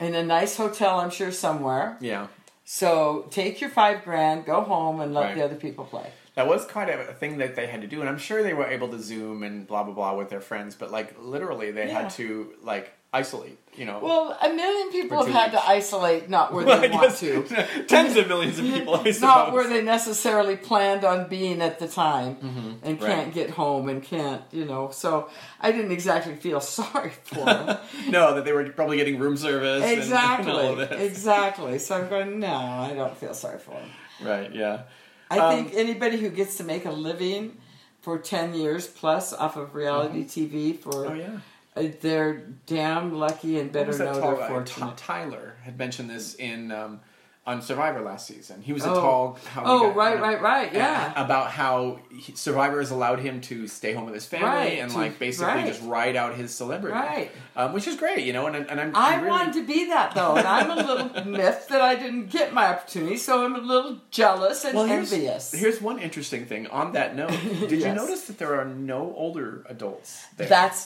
Speaker 3: in a nice hotel, I'm sure somewhere.
Speaker 1: Yeah.
Speaker 3: So take your five grand, go home, and let
Speaker 1: Right.
Speaker 3: the other people play.
Speaker 1: That was quite a thing that they had to do, and I'm sure they were able to Zoom and blah blah blah with their friends, but like literally they
Speaker 3: Yeah.
Speaker 1: had to like isolate. You know,
Speaker 3: Well, a million people
Speaker 1: For
Speaker 3: have
Speaker 1: two
Speaker 3: had to
Speaker 1: weeks.
Speaker 3: isolate, not where
Speaker 1: Well,
Speaker 3: they
Speaker 1: I
Speaker 3: want
Speaker 1: guess
Speaker 3: to.
Speaker 1: tens of millions of people. I suppose.
Speaker 3: Not where they necessarily planned on being at the time and
Speaker 1: Mm-hmm. Right.
Speaker 3: can't get home and can't, you know. So I didn't exactly feel sorry for them.
Speaker 1: no, that they were probably getting room service. and-
Speaker 3: exactly.
Speaker 1: And, all of this.
Speaker 3: exactly. So I'm going, no, I don't feel sorry for them.
Speaker 1: Right. Yeah.
Speaker 3: I
Speaker 1: Um,
Speaker 3: think anybody who gets to make a living for 10 years plus off of reality TV for
Speaker 1: Oh yeah.
Speaker 3: uh, they're damn lucky and
Speaker 1: What
Speaker 3: better
Speaker 1: was that
Speaker 3: know
Speaker 1: tall
Speaker 3: they're
Speaker 1: guy? Ty-
Speaker 3: fortunate.
Speaker 1: Tyler had mentioned this in um, on Survivor last season. He was a
Speaker 3: Oh.
Speaker 1: tall. How
Speaker 3: Oh,
Speaker 1: he got-
Speaker 3: right, right, right. Yeah.
Speaker 1: About how he, Survivor has allowed him to stay home with his family
Speaker 3: Right,
Speaker 1: and
Speaker 3: to-
Speaker 1: like basically
Speaker 3: right.
Speaker 1: just ride out his celebrity,
Speaker 3: Right.
Speaker 1: Um, which is great, you know. And, and I'm
Speaker 3: I
Speaker 1: I'm really,
Speaker 3: wanted to be that though, and I'm a little miffed that I didn't get my opportunity, so I'm a little jealous and
Speaker 1: well, here's,
Speaker 3: envious.
Speaker 1: here's one interesting thing. On that note, did you
Speaker 3: Yes.
Speaker 1: notice that there are no older adults? There?
Speaker 3: That's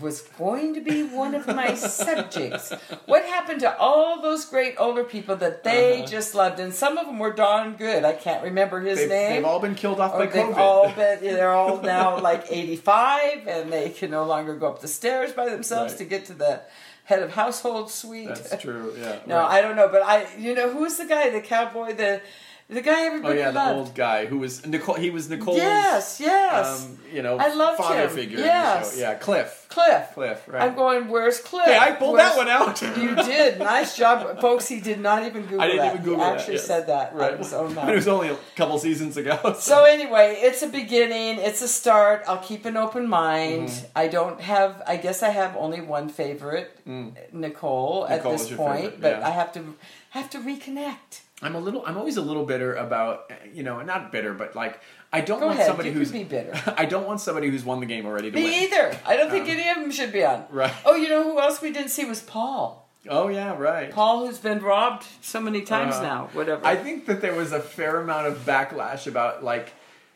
Speaker 3: was going to be one of my subjects. What happened to all those great older people that they
Speaker 1: Uh-huh.
Speaker 3: just loved, and some of them were darn good. I can't remember his
Speaker 1: they've,
Speaker 3: name.
Speaker 1: they've all been killed off by
Speaker 3: Or they've
Speaker 1: COVID.
Speaker 3: all been, they're all now like 85 and they can no longer go up the stairs by themselves
Speaker 1: Right.
Speaker 3: to get to the head of household suite.
Speaker 1: That's true. Yeah.
Speaker 3: No,
Speaker 1: right.
Speaker 3: I don't know, but I, you know, who's the guy, the cowboy, the the guy
Speaker 1: Oh
Speaker 3: everybody
Speaker 1: yeah, the
Speaker 3: loved?
Speaker 1: old guy who was Nicole. He was Nicole's.
Speaker 3: yes, yes.
Speaker 1: Um, you know,
Speaker 3: I loved
Speaker 1: father
Speaker 3: him.
Speaker 1: figure.
Speaker 3: Yes.
Speaker 1: In the show. Yeah, Cliff.
Speaker 3: Cliff.
Speaker 1: Cliff. Right.
Speaker 3: I'm going, where's Cliff?
Speaker 1: hey, I pulled that
Speaker 3: Where's-
Speaker 1: one out.
Speaker 3: You did. Nice job. Folks, he did not even Google
Speaker 1: I didn't
Speaker 3: that.
Speaker 1: even Google
Speaker 3: he
Speaker 1: that,
Speaker 3: actually
Speaker 1: yes.
Speaker 3: said that. I
Speaker 1: Right.
Speaker 3: was, oh, no.
Speaker 1: But it was only a couple seasons ago.
Speaker 3: So anyway, it's a beginning. It's a start. I'll keep an open mind.
Speaker 1: Mm-hmm.
Speaker 3: I don't have. I guess I have only one favorite, Nicole, at
Speaker 1: Mm. Nicole
Speaker 3: this
Speaker 1: is your
Speaker 3: point.
Speaker 1: favorite,
Speaker 3: But
Speaker 1: yeah.
Speaker 3: I have to have to reconnect.
Speaker 1: I'm a little. I'm always a little bitter about you know, not bitter, but like I don't
Speaker 3: Go
Speaker 1: want
Speaker 3: ahead,
Speaker 1: somebody
Speaker 3: you can
Speaker 1: who's
Speaker 3: be bitter.
Speaker 1: I don't want somebody who's won the game already to
Speaker 3: Me
Speaker 1: win.
Speaker 3: either. I don't think
Speaker 1: Um,
Speaker 3: any of them should be on.
Speaker 1: right.
Speaker 3: Oh, you know who else we didn't see was Paul.
Speaker 1: Oh yeah, right.
Speaker 3: Paul, who's been robbed so many times
Speaker 1: Uh,
Speaker 3: now. Whatever.
Speaker 1: I think that there was a fair amount of backlash about like,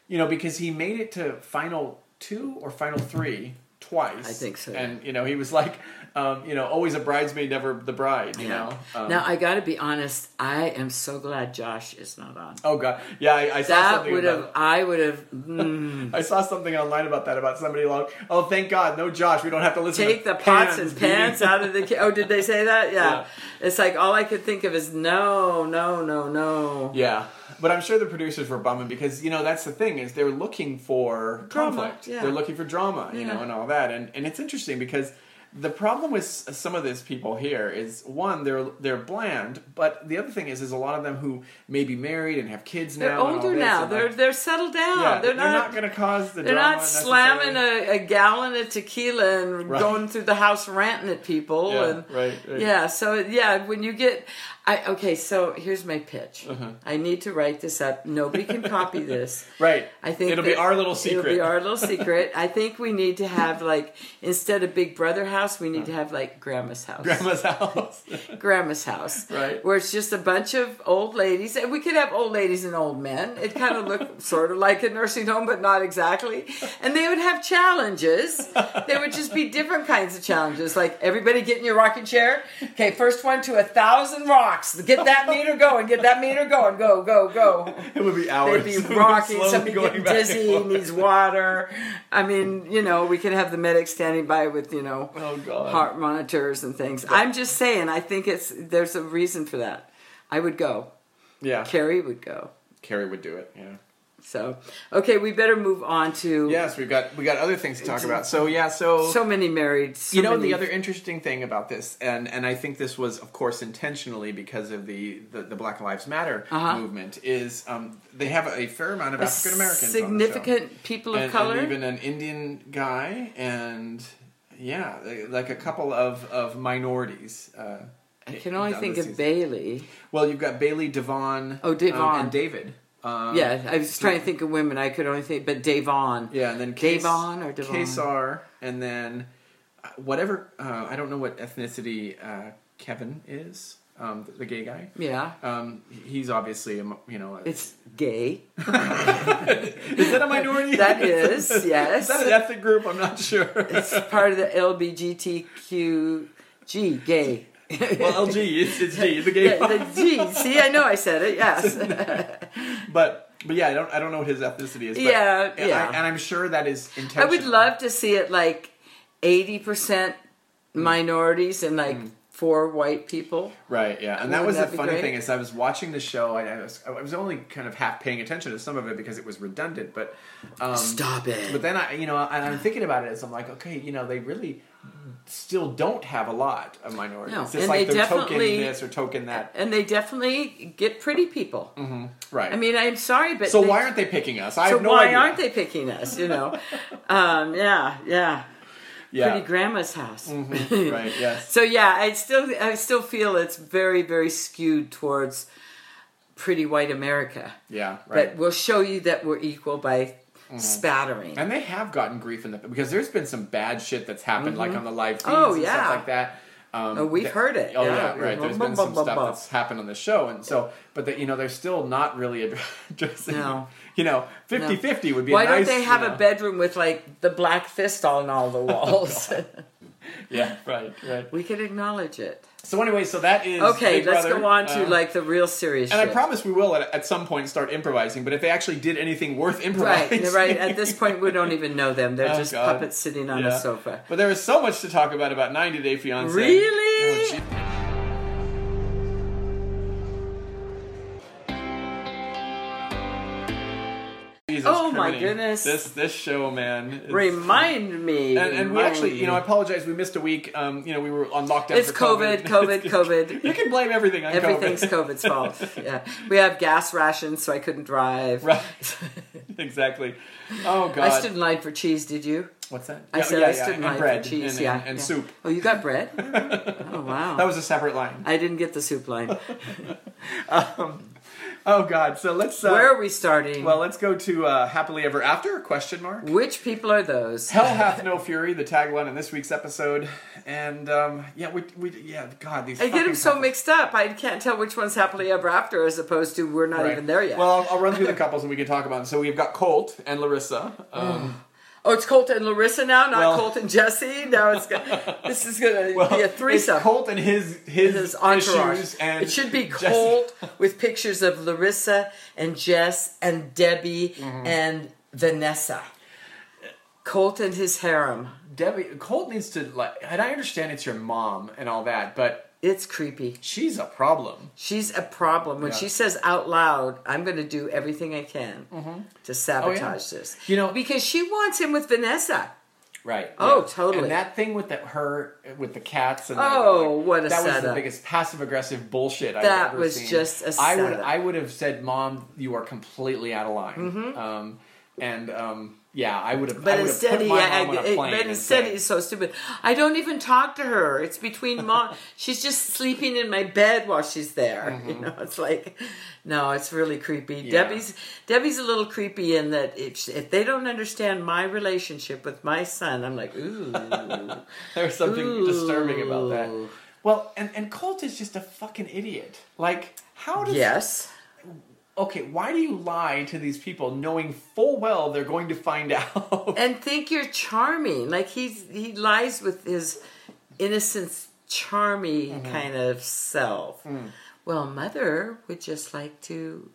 Speaker 1: you know, because he made it to final two or final three twice.
Speaker 3: I think so.
Speaker 1: And you know, he was like, um, you know, always a bridesmaid, never the bride. You know. Um,
Speaker 3: now I got to be honest. I am so glad Josh is not on.
Speaker 1: oh god, yeah, I, I saw
Speaker 3: that
Speaker 1: something.
Speaker 3: would
Speaker 1: about-
Speaker 3: have. I would have. Mm,
Speaker 1: I saw something online about that about somebody like, oh, thank God, no Josh, we don't have to listen.
Speaker 3: take
Speaker 1: to
Speaker 3: the pots
Speaker 1: pans
Speaker 3: and
Speaker 1: beating."
Speaker 3: pans out of the. Ca- oh, did they say that? Yeah.
Speaker 1: Yeah.
Speaker 3: It's like all I could think of is no, no, no, no.
Speaker 1: Yeah, but I'm sure the producers were bumming because you know that's the thing is they're looking for
Speaker 3: Drama,
Speaker 1: conflict.
Speaker 3: yeah.
Speaker 1: They're looking for drama, you
Speaker 3: Yeah.
Speaker 1: know, and all that. And and it's interesting because the problem with s- some of these people here is one they're they're bland, but the other thing is is a lot of them who may be married and have kids
Speaker 3: They're
Speaker 1: now. and all
Speaker 3: older
Speaker 1: this,
Speaker 3: now.
Speaker 1: and,
Speaker 3: They're
Speaker 1: like,
Speaker 3: they're settled down.
Speaker 1: yeah,
Speaker 3: they're not.
Speaker 1: going to cause the.
Speaker 3: they're
Speaker 1: drama
Speaker 3: not slamming
Speaker 1: necessarily.
Speaker 3: a, a gallon of tequila and
Speaker 1: Right.
Speaker 3: going through the house ranting at people.
Speaker 1: Yeah,
Speaker 3: and
Speaker 1: right, right.
Speaker 3: Yeah. So yeah, when you get, I okay. So here's my pitch. I need to write this up. Nobody can copy this.
Speaker 1: Right.
Speaker 3: I think
Speaker 1: it'll be
Speaker 3: that-
Speaker 1: our little secret.
Speaker 3: It'll be our little secret. I think we need to have like instead of Big Brother house, we need to have like Grandma's house.
Speaker 1: grandma's house.
Speaker 3: Grandma's house,
Speaker 1: Right.
Speaker 3: Where it's just a bunch of old ladies, and we could have old ladies and old men. It kind of looked sort of like a nursing home, but not exactly. And they would have challenges. There would just be different kinds of challenges, like everybody get in your rocking chair. Okay, first one to a thousand rocks. Get that meter going. Get that meter going. Go, go, go.
Speaker 1: it would be
Speaker 3: They'd
Speaker 1: ours.
Speaker 3: be
Speaker 1: It would
Speaker 3: rocking.
Speaker 1: slowly
Speaker 3: Somebody
Speaker 1: going
Speaker 3: getting
Speaker 1: back and
Speaker 3: dizzy
Speaker 1: forth.
Speaker 3: needs water. I mean, you know, we could have the medic standing by with you know
Speaker 1: Oh, God.
Speaker 3: heart monitors and things. I'm just saying. I think it's there's a reason for that. I would go.
Speaker 1: Yeah,
Speaker 3: Carrie would go.
Speaker 1: Carrie would do it. Yeah.
Speaker 3: So okay, we better move on to
Speaker 1: Yes, we've got we got other things to talk about. So yeah, so,
Speaker 3: so many married. So
Speaker 1: you know
Speaker 3: many-
Speaker 1: the other interesting thing about this, and and I think this was of course intentionally because of the the, the Black Lives Matter
Speaker 3: Uh-huh.
Speaker 1: movement is um, they have a fair amount of
Speaker 3: a
Speaker 1: African Americans,
Speaker 3: significant people of
Speaker 1: and,
Speaker 3: color.
Speaker 1: and even an Indian guy, and yeah, they- like a couple of of minorities. Uh,
Speaker 3: I can only
Speaker 1: on
Speaker 3: think
Speaker 1: this
Speaker 3: of
Speaker 1: season.
Speaker 3: Bailey.
Speaker 1: Well, you've got Bailey Devon.
Speaker 3: Oh, Devon.
Speaker 1: and David. Um,
Speaker 3: yeah, I was trying to think of women. I could only think, but Davon.
Speaker 1: Yeah, and then Kes-
Speaker 3: Devon or Devon?
Speaker 1: Kesar, and then uh, whatever. Uh, I don't know what ethnicity uh, Kevin is, um, the, the gay guy.
Speaker 3: Yeah.
Speaker 1: Um, he's obviously, a, m- you know, a-
Speaker 3: It's gay.
Speaker 1: is that a minority?
Speaker 3: That is, yes.
Speaker 1: Is that an ethnic group? I'm not sure.
Speaker 3: It's part of the LBGTQG, gay.
Speaker 1: well, LG, it's, it's G, the gay.
Speaker 3: Yeah, the G. See, I know I said it. Yes.
Speaker 1: But but yeah, I don't I don't know what his ethnicity is. But,
Speaker 3: Yeah,
Speaker 1: and
Speaker 3: yeah.
Speaker 1: I, and I'm sure that is intentional.
Speaker 3: I would love to see it like 80%
Speaker 1: Mm.
Speaker 3: minorities and like four white people.
Speaker 1: Right, yeah, and that was
Speaker 3: Wouldn't that
Speaker 1: the
Speaker 3: be
Speaker 1: funny
Speaker 3: great?
Speaker 1: thing is I was watching the show and I was I was only kind of half paying attention to some of it because it was redundant, but um,
Speaker 3: Stop it.
Speaker 1: But then I, you know, and I'm thinking about it as I'm like, okay, you know, they really still don't have a lot of minorities.
Speaker 3: No,
Speaker 1: It's just
Speaker 3: and
Speaker 1: like
Speaker 3: they
Speaker 1: they are token
Speaker 3: definitely-
Speaker 1: this or token that,
Speaker 3: and they definitely get pretty people.
Speaker 1: right?
Speaker 3: I mean, I'm sorry, but
Speaker 1: Mm-hmm. so
Speaker 3: they-
Speaker 1: why aren't they picking us? I
Speaker 3: so
Speaker 1: have no
Speaker 3: why
Speaker 1: idea.
Speaker 3: aren't they picking us? You know, um, yeah,
Speaker 1: Yeah,
Speaker 3: yeah,
Speaker 1: Mm-hmm.
Speaker 3: Pretty grandma's house.
Speaker 1: right. Yes.
Speaker 3: So yeah, I still I still feel it's very very skewed towards pretty white America.
Speaker 1: Yeah. Right. Mm-hmm.
Speaker 3: But we'll show you that we're equal by spattering.
Speaker 1: And they have gotten grief in the because there's been some bad shit that's happened, like on the live feeds
Speaker 3: Oh,
Speaker 1: and
Speaker 3: yeah.
Speaker 1: stuff like that. Um,
Speaker 3: Oh, we've
Speaker 1: that-
Speaker 3: heard it.
Speaker 1: Oh
Speaker 3: Yeah.
Speaker 1: yeah, right. There's been some stuff that's happened on the show, and so, but that you know, they're still not really addre- addressing.
Speaker 3: No.
Speaker 1: You know, 50-50 would be. a
Speaker 3: Why
Speaker 1: nice,
Speaker 3: don't they have
Speaker 1: you know-
Speaker 3: a bedroom with like the black fist on all the walls?
Speaker 1: Oh, Yeah, right, right.
Speaker 3: we could acknowledge it.
Speaker 1: So anyway, so that is
Speaker 3: Okay,
Speaker 1: Big
Speaker 3: let's
Speaker 1: Brother.
Speaker 3: go on to
Speaker 1: Uh,
Speaker 3: like the real serious.
Speaker 1: And I
Speaker 3: shit.
Speaker 1: promise we will at, at some point start improvising. But if they actually did anything worth improvising,
Speaker 3: Right, right. At this point, we don't even know them. They're
Speaker 1: Oh,
Speaker 3: just
Speaker 1: God.
Speaker 3: puppets sitting on
Speaker 1: Yeah.
Speaker 3: a sofa.
Speaker 1: But there is so much to talk about about 90 Day Fiance. Oh,
Speaker 3: Really?
Speaker 1: gee. Jesus
Speaker 3: Oh, my
Speaker 1: criminy.
Speaker 3: goodness.
Speaker 1: This this show, man. is-
Speaker 3: Remind me.
Speaker 1: and, and we
Speaker 3: remind
Speaker 1: actually, you know,
Speaker 3: me.
Speaker 1: I apologize. We missed a week. Um, you know, we were on lockdown.
Speaker 3: It's
Speaker 1: for
Speaker 3: COVID, COVID, COVID.
Speaker 1: you can blame everything on
Speaker 3: Everything's
Speaker 1: COVID.
Speaker 3: COVID's fault. Yeah, we have gas rations, so I couldn't drive.
Speaker 1: Right. exactly. Oh God.
Speaker 3: I stood in line for cheese. Did you?
Speaker 1: What's that?
Speaker 3: I
Speaker 1: Yeah,
Speaker 3: said
Speaker 1: yeah,
Speaker 3: I
Speaker 1: yeah,
Speaker 3: stood in
Speaker 1: and
Speaker 3: line
Speaker 1: bread
Speaker 3: for cheese.
Speaker 1: and,
Speaker 3: yeah,
Speaker 1: and, and
Speaker 3: yeah.
Speaker 1: soup.
Speaker 3: Oh, you got bread? oh wow.
Speaker 1: That was a separate line.
Speaker 3: I didn't get the soup line.
Speaker 1: Oh God. So let's. Uh,
Speaker 3: Where are we starting?
Speaker 1: Well, let's go to uh, happily ever after? Question mark.
Speaker 3: Which people are those?
Speaker 1: Hell hath no fury. The tagline in this week's episode, and um, yeah, we, we yeah, God, these
Speaker 3: I get
Speaker 1: fucking
Speaker 3: them so
Speaker 1: couples.
Speaker 3: mixed up. I can't tell which one's happily ever after, as opposed to we're not
Speaker 1: Right.
Speaker 3: even there yet.
Speaker 1: Well, I'll, I'll run through the couples and we can talk about them. So we've got Colt and Larissa. Um,
Speaker 3: Oh, it's Colt and Larissa now, not
Speaker 1: Well-
Speaker 3: Colt and Jesse. Now it's gonna, this is going to be a threesome.
Speaker 1: It's Colt and his his,
Speaker 3: his entourage.
Speaker 1: issues and
Speaker 3: it should be
Speaker 1: Jesse-
Speaker 3: Colt with pictures of Larissa and Jess and Debbie
Speaker 1: Mm-hmm.
Speaker 3: and Vanessa. Colt and his harem.
Speaker 1: Debbie Colt needs to like. And I understand it's your mom and all that, but
Speaker 3: It's creepy.
Speaker 1: she's a problem.
Speaker 3: She's a problem. When
Speaker 1: Yeah. Mm-hmm.
Speaker 3: she says out loud, I'm going to do everything I can to sabotage this.
Speaker 1: Oh, You know-
Speaker 3: because she wants him with Vanessa.
Speaker 1: Right.
Speaker 3: Oh,
Speaker 1: yeah.
Speaker 3: totally.
Speaker 1: And that thing with the, her with the cats and
Speaker 3: Oh,
Speaker 1: the, like,
Speaker 3: what a
Speaker 1: that was the
Speaker 3: setup.
Speaker 1: biggest passive aggressive bullshit I've
Speaker 3: That
Speaker 1: ever
Speaker 3: was
Speaker 1: seen.
Speaker 3: just a
Speaker 1: I would
Speaker 3: setup.
Speaker 1: I would have said, "Mom, you are completely out of line." Um, and um, yeah, I would have. I
Speaker 3: Mm-hmm. But
Speaker 1: would
Speaker 3: instead,
Speaker 1: have put
Speaker 3: he,
Speaker 1: my
Speaker 3: I,
Speaker 1: mom on a
Speaker 3: I-
Speaker 1: plane
Speaker 3: but
Speaker 1: and
Speaker 3: instead
Speaker 1: said,
Speaker 3: he's so stupid. I don't even talk to her. It's between mom. she's just sleeping in my bed while she's there.
Speaker 1: Mm-hmm.
Speaker 3: You know, it's like, no, it's really creepy. Debbie's Debbie's a little creepy in that if she- if they don't understand my relationship with my son, I'm like, ooh,
Speaker 1: There's something disturbing about that.
Speaker 3: Ooh.
Speaker 1: Well, and, and Colt is just a fucking idiot. Like, how does.
Speaker 3: yes.
Speaker 1: Okay, why do you lie to these people knowing full well they're going to find out?
Speaker 3: and think you're charming. Like he's he lies with his innocence, charming
Speaker 1: Mm-hmm.
Speaker 3: kind of self.
Speaker 1: Mm.
Speaker 3: Well, mother would just like to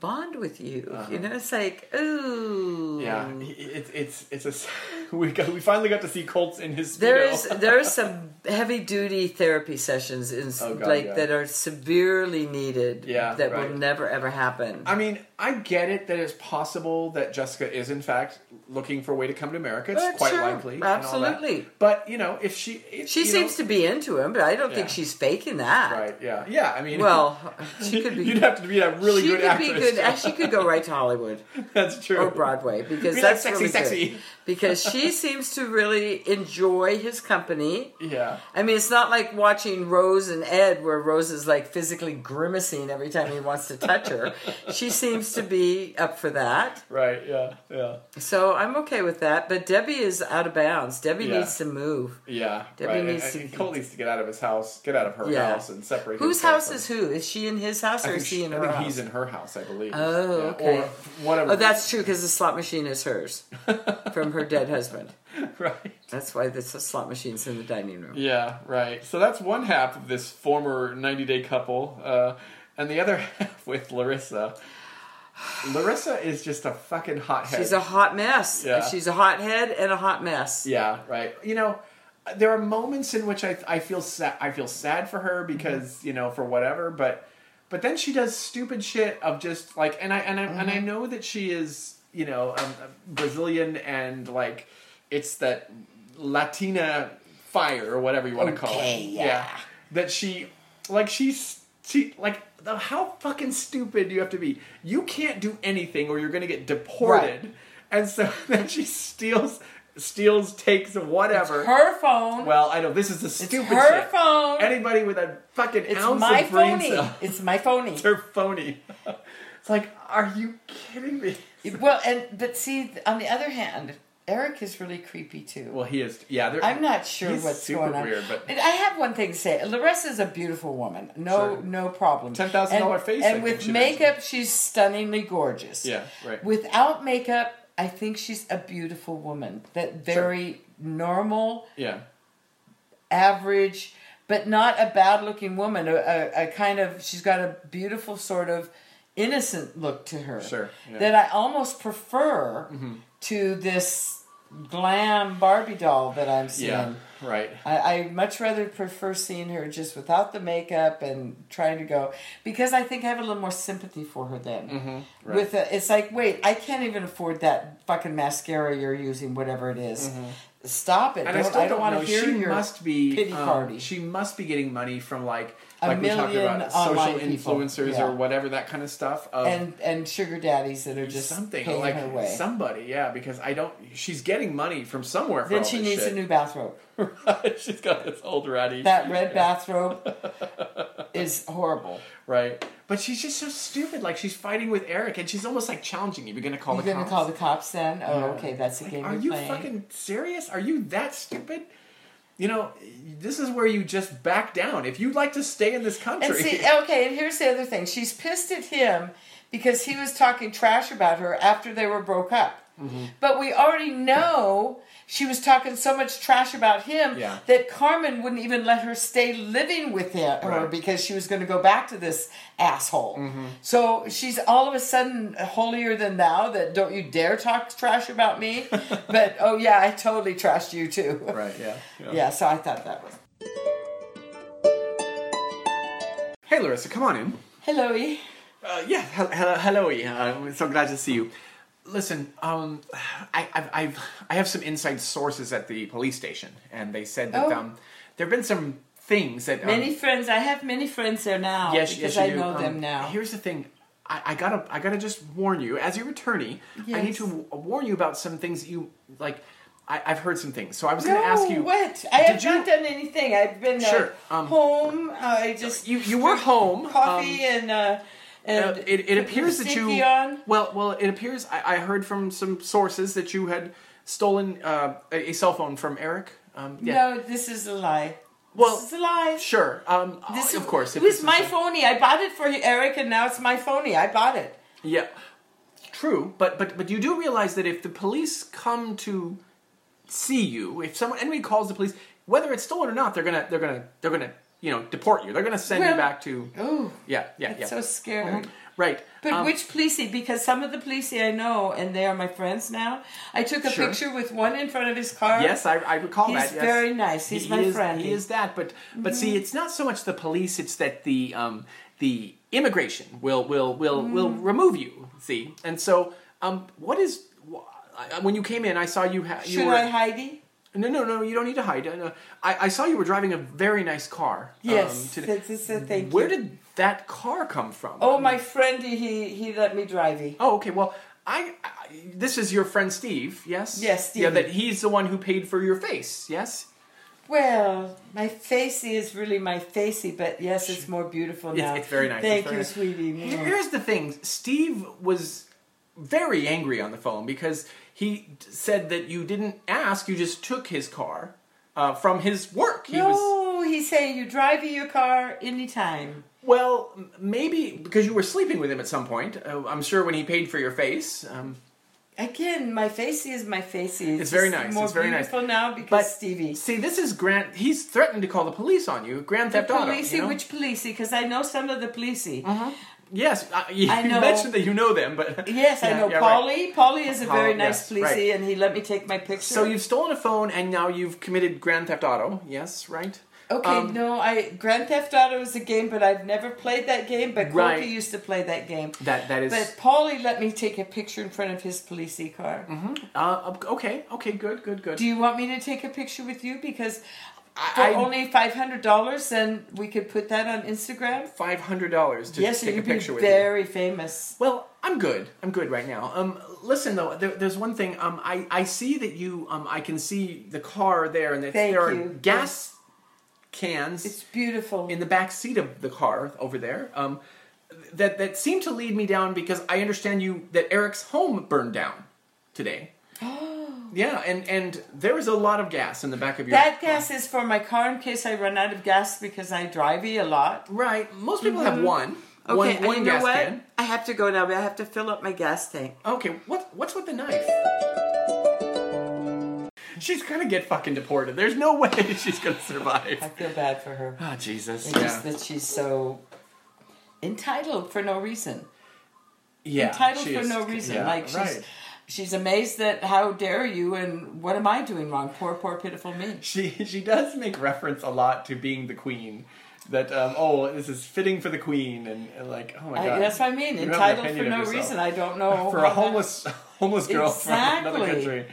Speaker 3: bond with you. You know, it's like ooh,
Speaker 1: Uh-huh. yeah, i- i- it's it's it's a. s- We, got, we finally got to see Colt's in his.
Speaker 3: There
Speaker 1: Speedo.
Speaker 3: is there are some heavy duty therapy sessions in s-
Speaker 1: Oh, God,
Speaker 3: like
Speaker 1: yeah.
Speaker 3: that are severely needed.
Speaker 1: Yeah,
Speaker 3: that
Speaker 1: right.
Speaker 3: will never ever happen.
Speaker 1: I mean, I get it that it's possible that Jessica is in fact looking for a way to come to America. It's
Speaker 3: Uh,
Speaker 1: quite
Speaker 3: sure,
Speaker 1: likely, and all that.
Speaker 3: absolutely.
Speaker 1: But you know, if she if,
Speaker 3: she
Speaker 1: you
Speaker 3: seems
Speaker 1: know,
Speaker 3: to be into him, but I don't think
Speaker 1: Yeah.
Speaker 3: she's faking that.
Speaker 1: right. Yeah, yeah. I mean,
Speaker 3: Well, she could be.
Speaker 1: You'd have to be a really
Speaker 3: she
Speaker 1: good
Speaker 3: could
Speaker 1: actress.
Speaker 3: be good. uh, She could go right to Hollywood
Speaker 1: That's true.
Speaker 3: or Broadway because
Speaker 1: Be like
Speaker 3: that's
Speaker 1: sexy,
Speaker 3: really good.
Speaker 1: sexy.
Speaker 3: Because she seems to really enjoy his company.
Speaker 1: Yeah.
Speaker 3: I mean, it's not like watching Rose and Ed, where Rose is like physically grimacing every time he wants to touch her. she seems to be up for that,
Speaker 1: Right. Yeah. Yeah.
Speaker 3: so I'm okay with that. But Debbie is out of bounds. Debbie
Speaker 1: Yeah.
Speaker 3: needs to move.
Speaker 1: Yeah.
Speaker 3: Debbie
Speaker 1: right.
Speaker 3: needs
Speaker 1: and,
Speaker 3: to-
Speaker 1: and Cole needs to get out of his house, get out of her
Speaker 3: Yeah.
Speaker 1: house, and separate.
Speaker 3: Whose
Speaker 1: himself
Speaker 3: house
Speaker 1: from-
Speaker 3: is who? Is she in his house
Speaker 1: I
Speaker 3: or
Speaker 1: think,
Speaker 3: is he
Speaker 1: she-
Speaker 3: in
Speaker 1: I
Speaker 3: her
Speaker 1: think
Speaker 3: house?
Speaker 1: he's in her house, I believe.
Speaker 3: Oh,
Speaker 1: Yeah,
Speaker 3: okay.
Speaker 1: Or whatever.
Speaker 3: oh, that's true because the slot machine is hers from her dead husband.
Speaker 1: right.
Speaker 3: That's why there's a slot machines in the dining room.
Speaker 1: Yeah, right. So that's one half of this former 90 Day couple, uh, and the other half with Larissa. Larissa is just a fucking hothead.
Speaker 3: She's a hot mess.
Speaker 1: Yeah.
Speaker 3: She's a hot head and a hot mess.
Speaker 1: yeah, right. You know, there are moments in which I I feel sad. I feel sad for her because
Speaker 3: Mm-hmm.
Speaker 1: you know for whatever, but but then she does stupid shit of just like and I and I and I
Speaker 3: Mm-hmm.
Speaker 1: know that she is you know um, Brazilian and like it's that Latina fire or whatever you want to call it.
Speaker 3: Okay, yeah.
Speaker 1: that she like she's she like. the- How fucking stupid do you have to be? You can't do anything, or you're gonna get deported. And so then she steals, steals, takes whatever.
Speaker 2: Her phone.
Speaker 1: Well, I know this is the stupid
Speaker 2: her
Speaker 1: shit.
Speaker 2: phone.
Speaker 1: Anybody with a fucking
Speaker 2: it's
Speaker 1: ounce
Speaker 2: my
Speaker 1: of brain
Speaker 2: phony.
Speaker 1: cell,
Speaker 2: It's my phony.
Speaker 1: they're phony. it's like, are you kidding me?
Speaker 2: Well, and but see, on the other hand, Eric is really creepy too.
Speaker 1: Well, he is. Yeah, they're,
Speaker 2: I'm not sure
Speaker 1: he's
Speaker 2: what's
Speaker 1: super
Speaker 2: going on.
Speaker 1: weird, but-
Speaker 2: And I have one thing to say. Larissa's a beautiful woman. No,
Speaker 1: Sure.
Speaker 2: no problem.
Speaker 1: $10,000
Speaker 2: And-
Speaker 1: face, I
Speaker 2: And
Speaker 1: think
Speaker 2: with
Speaker 1: she
Speaker 2: makeup, she's stunningly gorgeous.
Speaker 1: Yeah, right.
Speaker 2: Without makeup, I think she's a beautiful woman. That very normal,
Speaker 1: yeah,
Speaker 2: average, but not a bad-looking woman. A, a, a kind of she's got a beautiful sort of innocent look to her.
Speaker 1: Sure, yeah. Mm-hmm.
Speaker 2: That I almost prefer to this glam Barbie doll that I'm seeing.
Speaker 1: yeah, right.
Speaker 2: I, I much rather prefer seeing her just without the makeup and trying to go because I think I have a little more sympathy for her then.
Speaker 1: Mm-hmm, right.
Speaker 2: With a, it's like, wait, I can't even afford that fucking mascara you're using, whatever it is. Stop it!
Speaker 1: Mm-hmm. And
Speaker 2: Don't-
Speaker 1: I still don't,
Speaker 2: want
Speaker 1: know.
Speaker 2: to hear
Speaker 1: She
Speaker 2: your
Speaker 1: must be
Speaker 2: pity
Speaker 1: um,
Speaker 2: party.
Speaker 1: She must be getting money from like
Speaker 2: A
Speaker 1: like we talked
Speaker 2: million
Speaker 1: about social
Speaker 2: online people.
Speaker 1: influencers
Speaker 2: Yeah.
Speaker 1: or whatever that kind of stuff. Of,
Speaker 2: and and sugar daddies that are just
Speaker 1: Oh. something
Speaker 2: paying
Speaker 1: like
Speaker 2: her way.
Speaker 1: somebody, yeah, because I don't. She's getting money from somewhere. For
Speaker 2: Then
Speaker 1: all
Speaker 2: she
Speaker 1: this
Speaker 2: needs
Speaker 1: shit.
Speaker 2: a new bathrobe.
Speaker 1: Right, she's got this old ratty.
Speaker 2: That red bathrobe is horrible.
Speaker 1: Right. But she's just so stupid. Like she's fighting with Eric, and she's almost like challenging you. You're gonna call
Speaker 2: You're
Speaker 1: the
Speaker 2: gonna
Speaker 1: cops.
Speaker 2: call the cops then? Oh,
Speaker 1: Yeah.
Speaker 2: okay, that's the
Speaker 1: Like,
Speaker 2: game
Speaker 1: Are
Speaker 2: you're
Speaker 1: you
Speaker 2: playing.
Speaker 1: fucking serious? Are you that stupid? You know, this is where you just back down. If you'd like to stay in this country,
Speaker 2: And see, okay, and here's the other thing. She's pissed at him because he was talking trash about her after they were broke up.
Speaker 1: Mm-hmm.
Speaker 3: But we already know she was talking so much trash about him
Speaker 1: Yeah.
Speaker 3: that Carmen wouldn't even let her stay living with him, her
Speaker 1: Right. Mm-hmm.
Speaker 3: because she was going to go back to this asshole. So she's all of a sudden holier than thou that don't you dare talk trash about me. but oh, yeah, I totally trashed you too.
Speaker 1: Right. Yeah. yeah.
Speaker 3: Yeah, so I thought that was.
Speaker 1: Hey, Larissa, come on in.
Speaker 3: Hello, E.
Speaker 1: Uh, yeah, hel- hel- hello. Yeah, I'm so glad to see you. Listen, um, I, I've, I've, I have some inside sources at the police station, and they said that
Speaker 3: Oh.
Speaker 1: um, there have been some things that um,
Speaker 3: Many friends. I have many friends there now
Speaker 1: yes,
Speaker 3: because
Speaker 1: yes, you
Speaker 3: I
Speaker 1: do.
Speaker 3: know
Speaker 1: Um,
Speaker 3: them now.
Speaker 1: Here's the thing. I, I gotta, I gotta just warn you. As your attorney, I need
Speaker 3: Yes.
Speaker 1: to w- warn you about some things that you like. I, I've heard some things, so I was gonna ask you.
Speaker 3: what? I
Speaker 1: Did
Speaker 3: have
Speaker 1: you-
Speaker 3: not done anything. I've been
Speaker 1: Sure,
Speaker 3: uh,
Speaker 1: um,
Speaker 3: home. Uh, I just
Speaker 1: You, you were
Speaker 3: drink
Speaker 1: home. um,
Speaker 3: coffee and uh,
Speaker 1: Uh,
Speaker 3: and
Speaker 1: it, it appears that you
Speaker 3: sticky on.
Speaker 1: well well it appears I, I heard from some sources that you had stolen uh, a, a cell phone from Eric. Um, yeah.
Speaker 3: No, this is a lie.
Speaker 1: Well,
Speaker 3: this is a lie.
Speaker 1: Sure. Um,
Speaker 3: This
Speaker 1: of course.
Speaker 3: It
Speaker 1: if
Speaker 3: was
Speaker 1: this
Speaker 3: my
Speaker 1: is-
Speaker 3: phony. I bought it for you, Eric, and now it's my phony. I bought it.
Speaker 1: Yeah. True, but but but you do realize that if the police come to see you, if someone anybody calls the police, whether it's stolen or not, they're gonna they're gonna they're gonna you know deport you. They're gonna send you
Speaker 3: Well-
Speaker 1: back to
Speaker 3: Oh,
Speaker 1: yeah yeah
Speaker 3: that's
Speaker 1: yeah Mm-hmm.
Speaker 3: so scary.
Speaker 1: right.
Speaker 3: But
Speaker 1: um,
Speaker 3: which policey? Because some of the policey I know, and they are my friends now. I took a
Speaker 1: Sure.
Speaker 3: picture with one in front of his car.
Speaker 1: yes, I, I recall
Speaker 3: he's
Speaker 1: that. Yes.
Speaker 3: very nice. He's
Speaker 1: He
Speaker 3: my
Speaker 1: is,
Speaker 3: friend. Mm-hmm.
Speaker 1: He is that, but but see, it's not so much the police; it's that the um, the immigration will will will
Speaker 3: Mm-hmm.
Speaker 1: will remove you. See, and so um, what is wh- I- when you came in? I saw you. Ha- you
Speaker 3: Should
Speaker 1: were,
Speaker 3: I,
Speaker 1: um,
Speaker 3: Heidi?
Speaker 1: No, no, no. You don't need to hide. Uh, no. I, I saw you were driving a very nice car.
Speaker 3: Yes.
Speaker 1: Um, today.
Speaker 3: that's, that's a thank
Speaker 1: Where
Speaker 3: you.
Speaker 1: did that car come from? Um,
Speaker 3: Oh, my friend, he- he he let me drive. He.
Speaker 1: Oh, okay. Well, I, I this is your friend Steve. Yes. Yeah,
Speaker 3: Yes, Steve.
Speaker 1: that he's the one who paid for your face. Yes.
Speaker 3: Well, my facey is really my facey, but yes, it's more beautiful
Speaker 1: It's-
Speaker 3: now.
Speaker 1: it's very nice. It's
Speaker 3: Thank
Speaker 1: very
Speaker 3: you,
Speaker 1: nice.
Speaker 3: sweetie.
Speaker 1: Here- Here's the thing Steve was very angry on the phone because he d- said that you didn't ask, you just took his car uh, from his work. He was,
Speaker 3: no, he's saying you drive your car anytime.
Speaker 1: well, m- maybe because you were sleeping with him at some point. Uh, I'm sure when he paid for your face. Um,
Speaker 3: Again, my facey is my facey.
Speaker 1: It's very
Speaker 3: just
Speaker 1: nice.
Speaker 3: More
Speaker 1: It's very nice.
Speaker 3: beautiful now because
Speaker 1: But-
Speaker 3: Stevie.
Speaker 1: see, this is Grant. He's threatened to call the police on you. Grand Theft Auto.
Speaker 3: Policey,
Speaker 1: you know? Mm-hmm.
Speaker 3: which policey? Because I know some of the policey.
Speaker 1: Yes, I, you
Speaker 3: I know.
Speaker 1: mentioned that you know them, but
Speaker 3: Yes, I
Speaker 1: Yeah,
Speaker 3: know
Speaker 1: yeah, right.
Speaker 3: Polly. Polly is a very
Speaker 1: Polly, yes,
Speaker 3: nice policey, and he let me take my picture.
Speaker 1: So you've stolen a phone, and now you've committed Grand Theft Auto. Yes, right.
Speaker 3: Okay,
Speaker 1: Um,
Speaker 3: no, I Grand Theft Auto is a game, but I've never played that game. But
Speaker 1: Right.
Speaker 3: Corky used to play that game.
Speaker 1: That that is.
Speaker 3: But Paulie let me take a picture in front of his policey car.
Speaker 1: Uh, okay, okay, good, good, good.
Speaker 3: Do you want me to take a picture with you? Because for
Speaker 1: I-
Speaker 3: only five hundred dollars, then we could put that on Instagram.
Speaker 1: five hundred dollars to
Speaker 3: yes,
Speaker 1: take
Speaker 3: and
Speaker 1: a
Speaker 3: you'd be
Speaker 1: picture with you.
Speaker 3: very famous.
Speaker 1: Well, I'm good. I'm good right now. Um, listen though, there, there's one thing. Um, I, I see that you. Um, I can see the car there, and that
Speaker 3: Thank
Speaker 1: there are
Speaker 3: you.
Speaker 1: gas cans
Speaker 3: It's beautiful.
Speaker 1: in the back seat of the car over there. Um, that that seemed to lead me down because I understand you that Eric's home burned down today. yeah, and and there is a lot of gas in the back of your
Speaker 3: that gas is for my car in case I run out of gas because I drive a lot.
Speaker 1: Right. Most people have one.
Speaker 3: Okay,
Speaker 1: one,
Speaker 3: and
Speaker 1: one
Speaker 3: you know
Speaker 1: gas
Speaker 3: what?
Speaker 1: can.
Speaker 3: I have to go now. but I have to fill up my gas tank.
Speaker 1: Okay, what what's with the knife? She's gonna get fucking deported. There's no way she's gonna
Speaker 3: I
Speaker 1: survive.
Speaker 3: feel bad for her.
Speaker 1: Ah, Jesus.
Speaker 3: It's
Speaker 1: Yeah.
Speaker 3: just that she's so entitled for no reason.
Speaker 1: yeah.
Speaker 3: entitled
Speaker 1: she
Speaker 3: for
Speaker 1: is-
Speaker 3: no reason.
Speaker 1: yeah,
Speaker 3: like she's
Speaker 1: right.
Speaker 3: she's amazed that how dare you and what am I doing wrong? Poor, poor, pitiful me.
Speaker 1: she she does make reference a lot to being the queen. That um, oh, this is fitting for the queen, and, and like oh my
Speaker 3: I,
Speaker 1: god,
Speaker 3: that's what I mean.
Speaker 1: You have an
Speaker 3: Entitled for
Speaker 1: opinion of
Speaker 3: no
Speaker 1: yourself.
Speaker 3: reason. I don't know
Speaker 1: for
Speaker 3: how
Speaker 1: a
Speaker 3: that-
Speaker 1: homeless homeless girl from another
Speaker 3: Exactly.
Speaker 1: country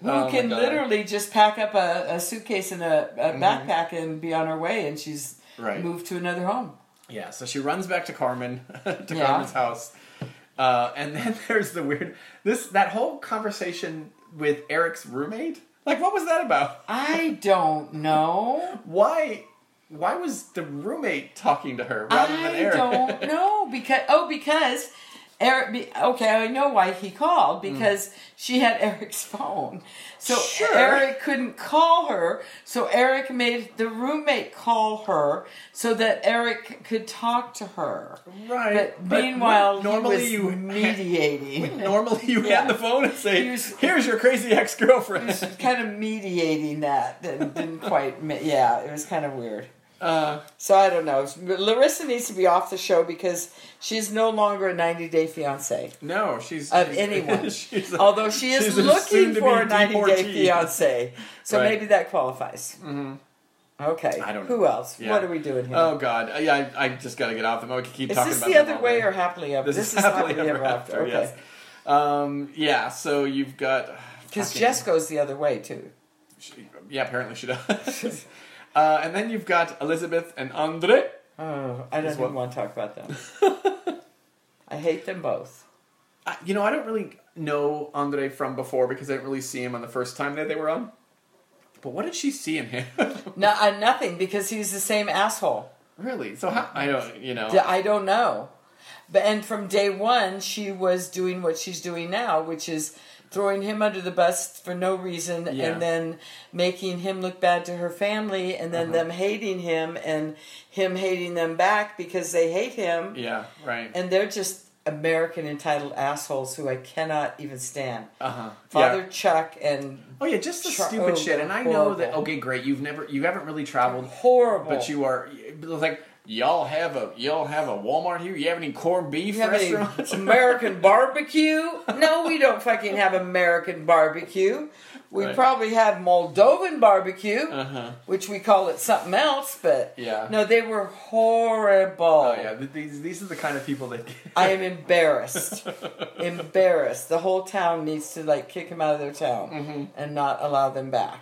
Speaker 3: who
Speaker 1: Oh my
Speaker 3: can
Speaker 1: God. Mm-hmm.
Speaker 3: literally just pack up a, a suitcase and a, a backpack and be on her way, and she's
Speaker 1: Right.
Speaker 3: moved to another home.
Speaker 1: Yeah, so she runs back to Carmen, to
Speaker 3: Yeah.
Speaker 1: Carmen's house, uh, and then there's the weird this that whole conversation with Eric's roommate. Like, what was that about?
Speaker 3: I don't know.
Speaker 1: Why, why was the roommate talking to her rather than
Speaker 3: I
Speaker 1: Eric?
Speaker 3: don't know because oh because
Speaker 2: Eric. be- Okay, I know why he called
Speaker 1: Hmm.
Speaker 2: because she had Eric's phone, so
Speaker 1: Sure.
Speaker 2: Eric couldn't call her. So Eric made the roommate call her so that Eric could talk to her.
Speaker 1: Right.
Speaker 2: But,
Speaker 1: But
Speaker 2: meanwhile,
Speaker 1: normally
Speaker 2: he
Speaker 1: you
Speaker 2: was
Speaker 1: ha-
Speaker 2: mediating.
Speaker 1: Normally, you
Speaker 2: Yeah.
Speaker 1: hand the phone and say,
Speaker 2: He was-
Speaker 1: "Here's your crazy ex-girlfriend."
Speaker 2: kind of mediating that and didn't quite. ma- Yeah, it was kind of weird.
Speaker 1: Uh,
Speaker 3: So I don't know. Larissa needs to be off the show because she's no longer a 90 Day Fiance.
Speaker 1: no, she's
Speaker 3: Of
Speaker 1: she's-
Speaker 3: anyone.
Speaker 1: she's a-
Speaker 3: Although she is
Speaker 1: she's a
Speaker 3: looking
Speaker 1: soon-to-be
Speaker 3: for a 90 Day
Speaker 1: deportee.
Speaker 3: Fiance. So
Speaker 1: Right. Mm-hmm.
Speaker 3: maybe that qualifies. Okay.
Speaker 1: I don't
Speaker 3: Who
Speaker 1: know.
Speaker 3: else?
Speaker 1: Yeah.
Speaker 3: What are we doing here?
Speaker 1: Oh God, Uh, yeah, I, I just got to get off them. I could keep
Speaker 3: is
Speaker 1: talking
Speaker 3: this
Speaker 1: about
Speaker 3: the
Speaker 1: them
Speaker 3: other
Speaker 1: all
Speaker 3: way
Speaker 1: day.
Speaker 3: or happily ever?
Speaker 1: This, is, happily ever after. Yes.
Speaker 3: Okay.
Speaker 1: Um, yeah. So you've got uh,
Speaker 3: Because
Speaker 1: fucking-
Speaker 3: Jess goes the other way too.
Speaker 1: she- yeah, apparently she does. uh, and then you've got Elizabeth and Andre.
Speaker 3: Oh, I don't
Speaker 1: Is what-
Speaker 3: even want to talk about them. I hate them both.
Speaker 1: I, you know, I don't really know Andre from before because I didn't really see him on the first time that they were on. But what did she see in him?
Speaker 3: No, I, nothing because he's the same asshole.
Speaker 1: really? So how, I don't, you know.
Speaker 3: D- I don't know. But and from day one, she was doing what she's doing now, which is throwing him under the bus for no reason,
Speaker 1: Yeah.
Speaker 3: and then making him look bad to her family, and then
Speaker 1: Uh-huh.
Speaker 3: them hating him, and him hating them back because they hate him,
Speaker 1: Yeah. Right.
Speaker 3: and they're just American entitled assholes who I cannot even stand.
Speaker 1: Uh huh.
Speaker 3: Father Chuck and
Speaker 1: Oh yeah, just the
Speaker 3: Tra-
Speaker 1: stupid
Speaker 3: oh,
Speaker 1: shit. And I know
Speaker 3: horrible.
Speaker 1: that. Okay, great. You've never, you haven't really traveled,
Speaker 3: horrible.
Speaker 1: but you are like y'all have a y'all have a Walmart here. You have any corned beef
Speaker 3: You have any
Speaker 1: restaurants?
Speaker 3: American barbecue? No, we don't fucking have American barbecue. We
Speaker 1: Right.
Speaker 3: probably have Moldovan barbecue,
Speaker 1: Uh-huh.
Speaker 3: which we call it something else, but
Speaker 1: Yeah.
Speaker 3: no, they were horrible.
Speaker 1: Oh yeah, th- these these are the kind of people that.
Speaker 3: I am embarrassed. embarrassed. The whole town needs to like kick them out of their town
Speaker 1: Mm-hmm.
Speaker 3: and not allow them back.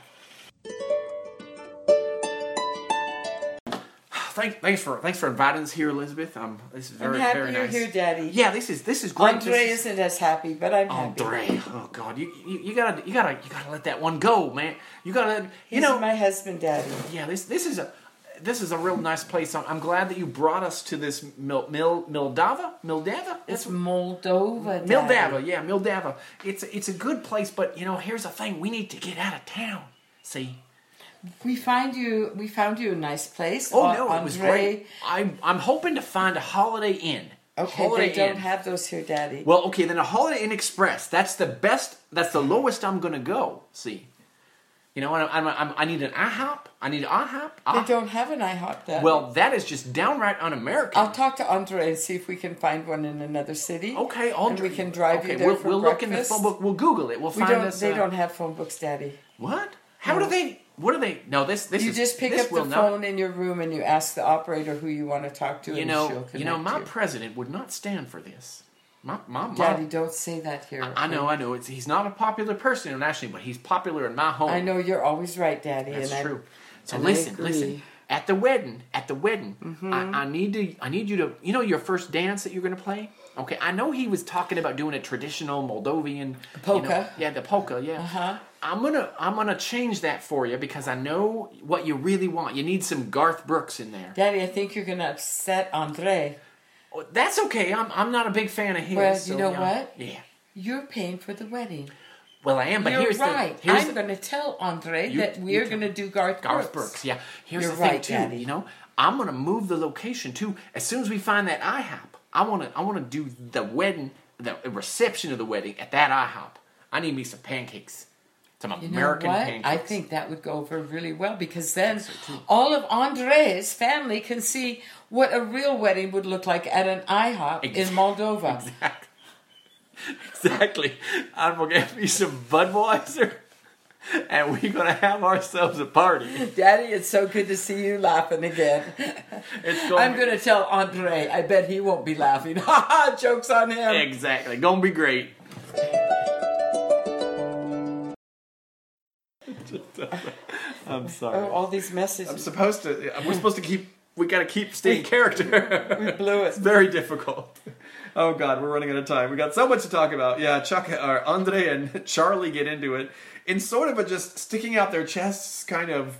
Speaker 1: Thank, thanks for thanks for inviting us here, Elizabeth. Um, this is very
Speaker 3: I'm happy
Speaker 1: very
Speaker 3: you're
Speaker 1: nice.
Speaker 3: here, Daddy.
Speaker 1: Yeah, this is this is great.
Speaker 3: Andre
Speaker 1: This is-
Speaker 3: isn't as happy, but I'm happy.
Speaker 1: Andre, oh god, you, you you gotta you gotta you gotta let that one go, man. You gotta let, you
Speaker 3: He's
Speaker 1: know.
Speaker 3: my husband, Daddy.
Speaker 1: yeah, this this is a this is a real nice place. I'm, I'm glad that you brought us to this Mil, Mil Mildava Mildava.
Speaker 2: It's
Speaker 1: That's
Speaker 2: Moldova. Daddy.
Speaker 1: Mildava. Yeah, Mildava. It's it's a good place, but you know, here's the thing: we need to get out of town. See?
Speaker 2: We find you. We found you a nice place.
Speaker 1: Oh
Speaker 2: Uh,
Speaker 1: no, it was
Speaker 2: Andre-
Speaker 1: great. I'm I'm hoping to find a Holiday Inn.
Speaker 2: Okay,
Speaker 1: Holiday
Speaker 2: they don't
Speaker 1: Inn.
Speaker 2: have those here, Daddy.
Speaker 1: Well, okay, then a Holiday Inn Express. That's the best. That's the lowest I'm gonna go. See, you know, and I'm, I'm, I'm, I need an IHOP. I need IHOP.
Speaker 2: they
Speaker 1: IHOP.
Speaker 2: don't have an IHOP, Daddy.
Speaker 1: Well, that is just downright un-American.
Speaker 2: I'll talk to Andre and see if we can find one in another city.
Speaker 1: okay, I'll
Speaker 2: and
Speaker 1: dr-
Speaker 2: we can drive
Speaker 1: okay,
Speaker 2: you there
Speaker 1: We'll,
Speaker 2: for
Speaker 1: we'll look in the
Speaker 2: breakfast.
Speaker 1: phone book. We'll Google it. We'll
Speaker 2: We
Speaker 1: find
Speaker 2: don't.
Speaker 1: us.
Speaker 2: They
Speaker 1: uh,
Speaker 2: don't have phone books, Daddy.
Speaker 1: What? How do they? What do they? No, this this
Speaker 2: You
Speaker 1: is,
Speaker 2: just pick
Speaker 1: this
Speaker 2: up
Speaker 1: will
Speaker 2: the
Speaker 1: not-
Speaker 2: phone in your room and you ask the operator who you want to talk to.
Speaker 1: You
Speaker 2: and she'll
Speaker 1: know,
Speaker 2: connect
Speaker 1: you know, my
Speaker 2: you.
Speaker 1: president would not stand for this. My my my-
Speaker 2: Daddy, don't say that here.
Speaker 1: I know, I know. It's he's not a popular person internationally, but he's popular in my home.
Speaker 2: I know you're always right, Daddy.
Speaker 1: That's
Speaker 2: and I-
Speaker 1: true. So
Speaker 2: and I
Speaker 1: listen,
Speaker 2: agree. Mm-hmm.
Speaker 1: listen. At the wedding, at the wedding, I, I need to. I need you to. You know your first dance that you're going to play. Okay, I know he was talking about doing a traditional Moldovan you know-
Speaker 2: Polka.
Speaker 1: yeah, the polka. Yeah. Uh-huh. I'm gonna. I'm gonna change that for you because I know what you really want. You need some Garth Brooks in there.
Speaker 2: Daddy, I think you're gonna upset Andre.
Speaker 1: Oh, That's okay. I'm. I'm not a big fan of his.
Speaker 2: Well, you
Speaker 1: so,
Speaker 2: know
Speaker 1: yeah.
Speaker 2: what?
Speaker 1: Yeah.
Speaker 2: You're paying for the wedding.
Speaker 1: Well, I am. But
Speaker 2: you're
Speaker 1: here's
Speaker 2: right.
Speaker 1: the. Here's
Speaker 2: I'm
Speaker 1: the,
Speaker 2: going to tell Andre
Speaker 1: You-
Speaker 2: that
Speaker 1: you
Speaker 2: we're
Speaker 1: can-
Speaker 2: going to do Garth,
Speaker 1: Garth Brooks. Yeah. Here's
Speaker 2: You're
Speaker 1: the thing
Speaker 2: right,
Speaker 1: too.
Speaker 2: Daddy.
Speaker 1: You know, I'm gonna move the location too. As soon as we find that IHOP, I wanna I wanna do the wedding, the reception of the wedding at that IHOP. I need me some pancakes, some
Speaker 2: You know
Speaker 1: American
Speaker 2: what?
Speaker 1: pancakes.
Speaker 2: I think that would go over really well because then all of Andre's family can see what a real wedding would look like at an IHOP in
Speaker 1: Ex-
Speaker 2: Moldova.
Speaker 1: Exactly. exactly. I'm gonna get me some Budweiser, and we're gonna have ourselves a party.
Speaker 2: Daddy, it's so good to see you laughing again.
Speaker 1: It's going.
Speaker 2: I'm going to tell Andre. I bet he won't be laughing. Ha ha! Jokes on him.
Speaker 1: Exactly. Gonna be great. I'm
Speaker 3: Oh,
Speaker 1: sorry.
Speaker 3: all these messages.
Speaker 1: I'm supposed to. uh, We're supposed to keep. We got to keep staying character. we
Speaker 3: blew it.
Speaker 1: It's very difficult. Oh God, we're running out of time. We got so much to talk about. Yeah, Chuck or Andre and Charlie get into it in sort of a just sticking out their chests kind of.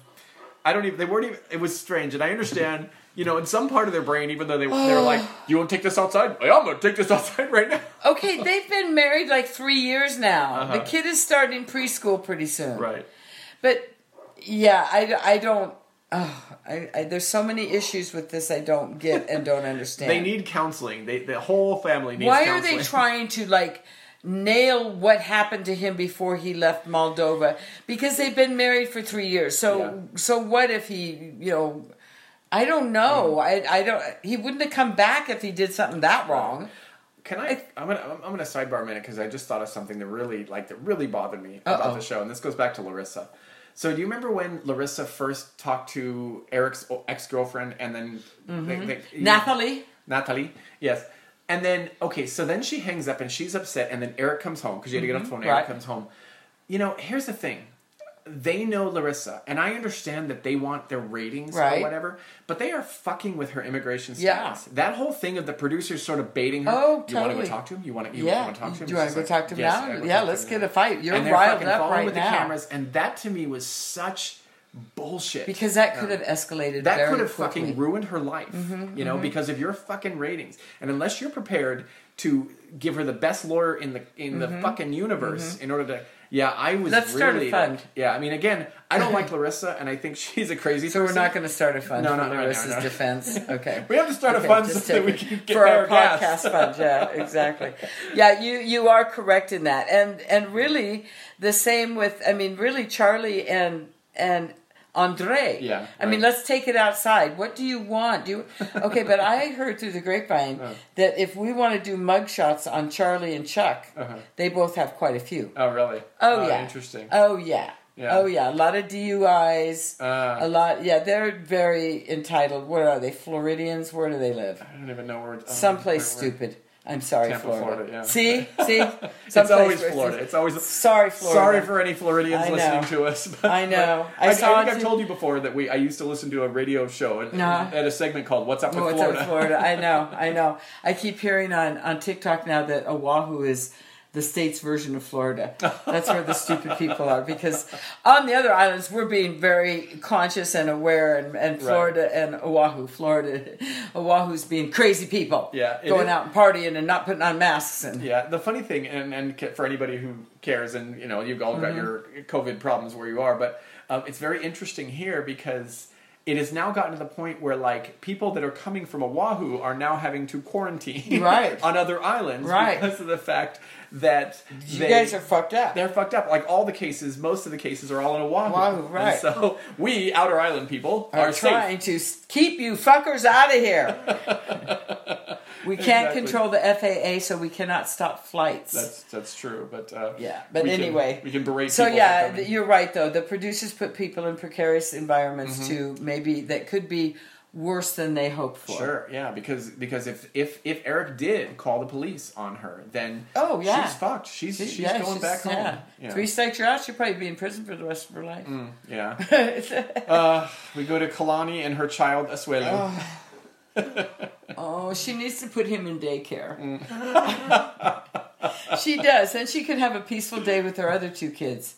Speaker 1: I don't even. They weren't even. It was strange, and I understand you know, in some part of their brain, even though they, they were like, you want to take this outside? Yeah, I'm going to take this outside right now.
Speaker 3: Okay, they've been married like three years now. The
Speaker 1: Uh-huh.
Speaker 3: kid is starting preschool pretty soon.
Speaker 1: Right.
Speaker 3: But yeah, I, I don't. Oh, I, I, there's so many issues with this I don't get and don't understand.
Speaker 1: They need counseling. They, the whole family needs
Speaker 3: Why are
Speaker 1: counseling.
Speaker 3: they trying to like nail what happened to him before he left Moldova? Because they've been married for three years. So
Speaker 1: Yeah.
Speaker 3: so what if he you know? I don't know.
Speaker 1: Mm-hmm.
Speaker 3: I I don't. He wouldn't have come back if he did something that wrong.
Speaker 1: Can I? I'm gonna I'm- I'm gonna sidebar a minute because I just thought of something that really like that really bothered me about
Speaker 3: Uh-oh.
Speaker 1: the show, and this goes back to Larissa. So do you remember when Larissa first talked to Eric's ex girlfriend, and then they- they-
Speaker 3: Nathalie.
Speaker 1: Natalie, yes. And then okay, so then she hangs up and she's upset, and then Eric comes home because you had to get off the phone. Eric
Speaker 3: right.
Speaker 1: comes home. You know, here's the thing: they know Larissa, and I understand that they want their ratings or
Speaker 3: Right.
Speaker 1: whatever, but they are fucking with her immigration
Speaker 3: Yeah.
Speaker 1: status. That whole thing of the producers sort of baiting her.
Speaker 3: Oh,
Speaker 1: You want to go
Speaker 3: totally.
Speaker 1: talk to him? You want to? You
Speaker 3: Yeah.
Speaker 1: want to talk to him?
Speaker 3: Do you want
Speaker 1: She's
Speaker 3: to go
Speaker 1: like,
Speaker 3: talk to him
Speaker 1: "Yes, I
Speaker 3: now?
Speaker 1: will
Speaker 3: Yeah,
Speaker 1: talk to
Speaker 3: let's
Speaker 1: him
Speaker 3: get
Speaker 1: now."
Speaker 3: a fight. You're
Speaker 1: and they're
Speaker 3: riled
Speaker 1: fucking
Speaker 3: up
Speaker 1: following
Speaker 3: right
Speaker 1: with
Speaker 3: now.
Speaker 1: the cameras, and that to me was such Uh, bullshit.
Speaker 3: Because that could
Speaker 1: Yeah.
Speaker 3: have escalated.
Speaker 1: That
Speaker 3: very
Speaker 1: could have
Speaker 3: quickly. Mm-hmm,
Speaker 1: fucking ruined her life, you know, because of your fucking ratings. And unless you're prepared to give her the best lawyer in the in the fucking universe in order to, yeah, I was
Speaker 3: Mm-hmm. Let's start a
Speaker 1: really
Speaker 3: fund.
Speaker 1: like- yeah. I mean, again, I don't like Larissa, and I think she's a crazy.
Speaker 3: So we're not going to start a fund
Speaker 1: No,
Speaker 3: for
Speaker 1: not right now,
Speaker 3: Larissa's
Speaker 1: no.
Speaker 3: defense. Okay.
Speaker 1: We have to start a
Speaker 3: Okay,
Speaker 1: fund
Speaker 3: just
Speaker 1: so that
Speaker 3: take
Speaker 1: we
Speaker 3: it.
Speaker 1: can get
Speaker 3: for
Speaker 1: our
Speaker 3: our
Speaker 1: gas.
Speaker 3: podcast fund. Yeah, exactly. Yeah, you you are correct in that, and and really the same with I mean really Charlie and and Andre.
Speaker 1: Yeah,
Speaker 3: I mean,
Speaker 1: right.
Speaker 3: let's take it outside. What do you want? Do you, okay, but I heard through the grapevine
Speaker 1: Uh-huh.
Speaker 3: that if we want to do mug shots on Charlie and Chuck,
Speaker 1: Uh-huh.
Speaker 3: they both have quite a few.
Speaker 1: Oh really?
Speaker 3: Oh, yeah.
Speaker 1: interesting.
Speaker 3: Oh yeah.
Speaker 1: Yeah.
Speaker 3: Oh yeah, a lot of DUIs.
Speaker 1: Uh.
Speaker 3: a lot. Yeah, they're very entitled. Where are they? Floridians. Where do they live?
Speaker 1: I don't even know where. it's
Speaker 3: Someplace
Speaker 1: where- where-
Speaker 3: stupid. I'm sorry,
Speaker 1: Tampa,
Speaker 3: Florida.
Speaker 1: Florida, yeah.
Speaker 3: See, see,
Speaker 1: It's always
Speaker 3: where-
Speaker 1: Florida. It's always
Speaker 3: Sorry, Florida.
Speaker 1: Sorry for any Floridians
Speaker 3: I know.
Speaker 1: listening to us. but-
Speaker 3: I know.
Speaker 1: but I,
Speaker 3: I saw
Speaker 1: think
Speaker 3: it
Speaker 1: I've
Speaker 3: too.
Speaker 1: told you before that we I used to listen to a radio show and,
Speaker 3: Nah.
Speaker 1: and a segment called "What's Up with
Speaker 3: Oh, it's
Speaker 1: Florida."
Speaker 3: up in Florida. I know, I know. I keep hearing on on TikTok now that Oahu is the state's version of Florida. That's where the stupid people are because on the other islands we're being very conscious and aware, and, and Florida and Oahu, Florida, Oahu's being crazy people.
Speaker 1: Yeah, it is-
Speaker 3: going out and partying and not putting on masks and
Speaker 1: Yeah, the funny thing, and and ca- for anybody who cares, and you know, you've all
Speaker 3: Mm-hmm.
Speaker 1: got your COVID problems where you are, but um, it's very interesting here because it has now gotten to the point where like people that are coming from Oahu are now having to quarantine
Speaker 3: Right.
Speaker 1: on other islands
Speaker 3: Right.
Speaker 1: because of the fact that
Speaker 3: you guys are fucked up.
Speaker 1: they're fucked up. Like all the cases, most of the cases are all in Oahu.
Speaker 3: Oahu,
Speaker 1: And
Speaker 3: right.
Speaker 1: so we outer island people are,
Speaker 3: are
Speaker 1: safe.
Speaker 3: trying to s- keep you fuckers out of here. we can't
Speaker 1: Exactly.
Speaker 3: control the FAA, so we cannot stop flights.
Speaker 1: That's that's true, but uh,
Speaker 3: Yeah, but
Speaker 1: we can-
Speaker 3: anyway.
Speaker 1: we can berate.
Speaker 3: so
Speaker 1: people for
Speaker 3: yeah,
Speaker 1: coming.
Speaker 3: th- you're right though. The producers put people in precarious environments
Speaker 1: Mm-hmm.
Speaker 3: too, maybe that could be worse than they hoped for.
Speaker 1: Sure, yeah, because because if if if Eric did call the police on her, then
Speaker 3: Oh, yeah.
Speaker 1: she's fucked. She's she's
Speaker 3: Yeah,
Speaker 1: going
Speaker 3: she's-
Speaker 1: back home.
Speaker 3: yeah.
Speaker 1: Yeah, Mm.
Speaker 3: Three strikes you're out. She'll probably be in prison for the rest of her life.
Speaker 1: yeah. uh, we go to Kalani and her child Asuelo.
Speaker 3: Oh, she needs to put him in
Speaker 1: Mm.
Speaker 3: daycare. she does, and she can have a peaceful day with her other two kids.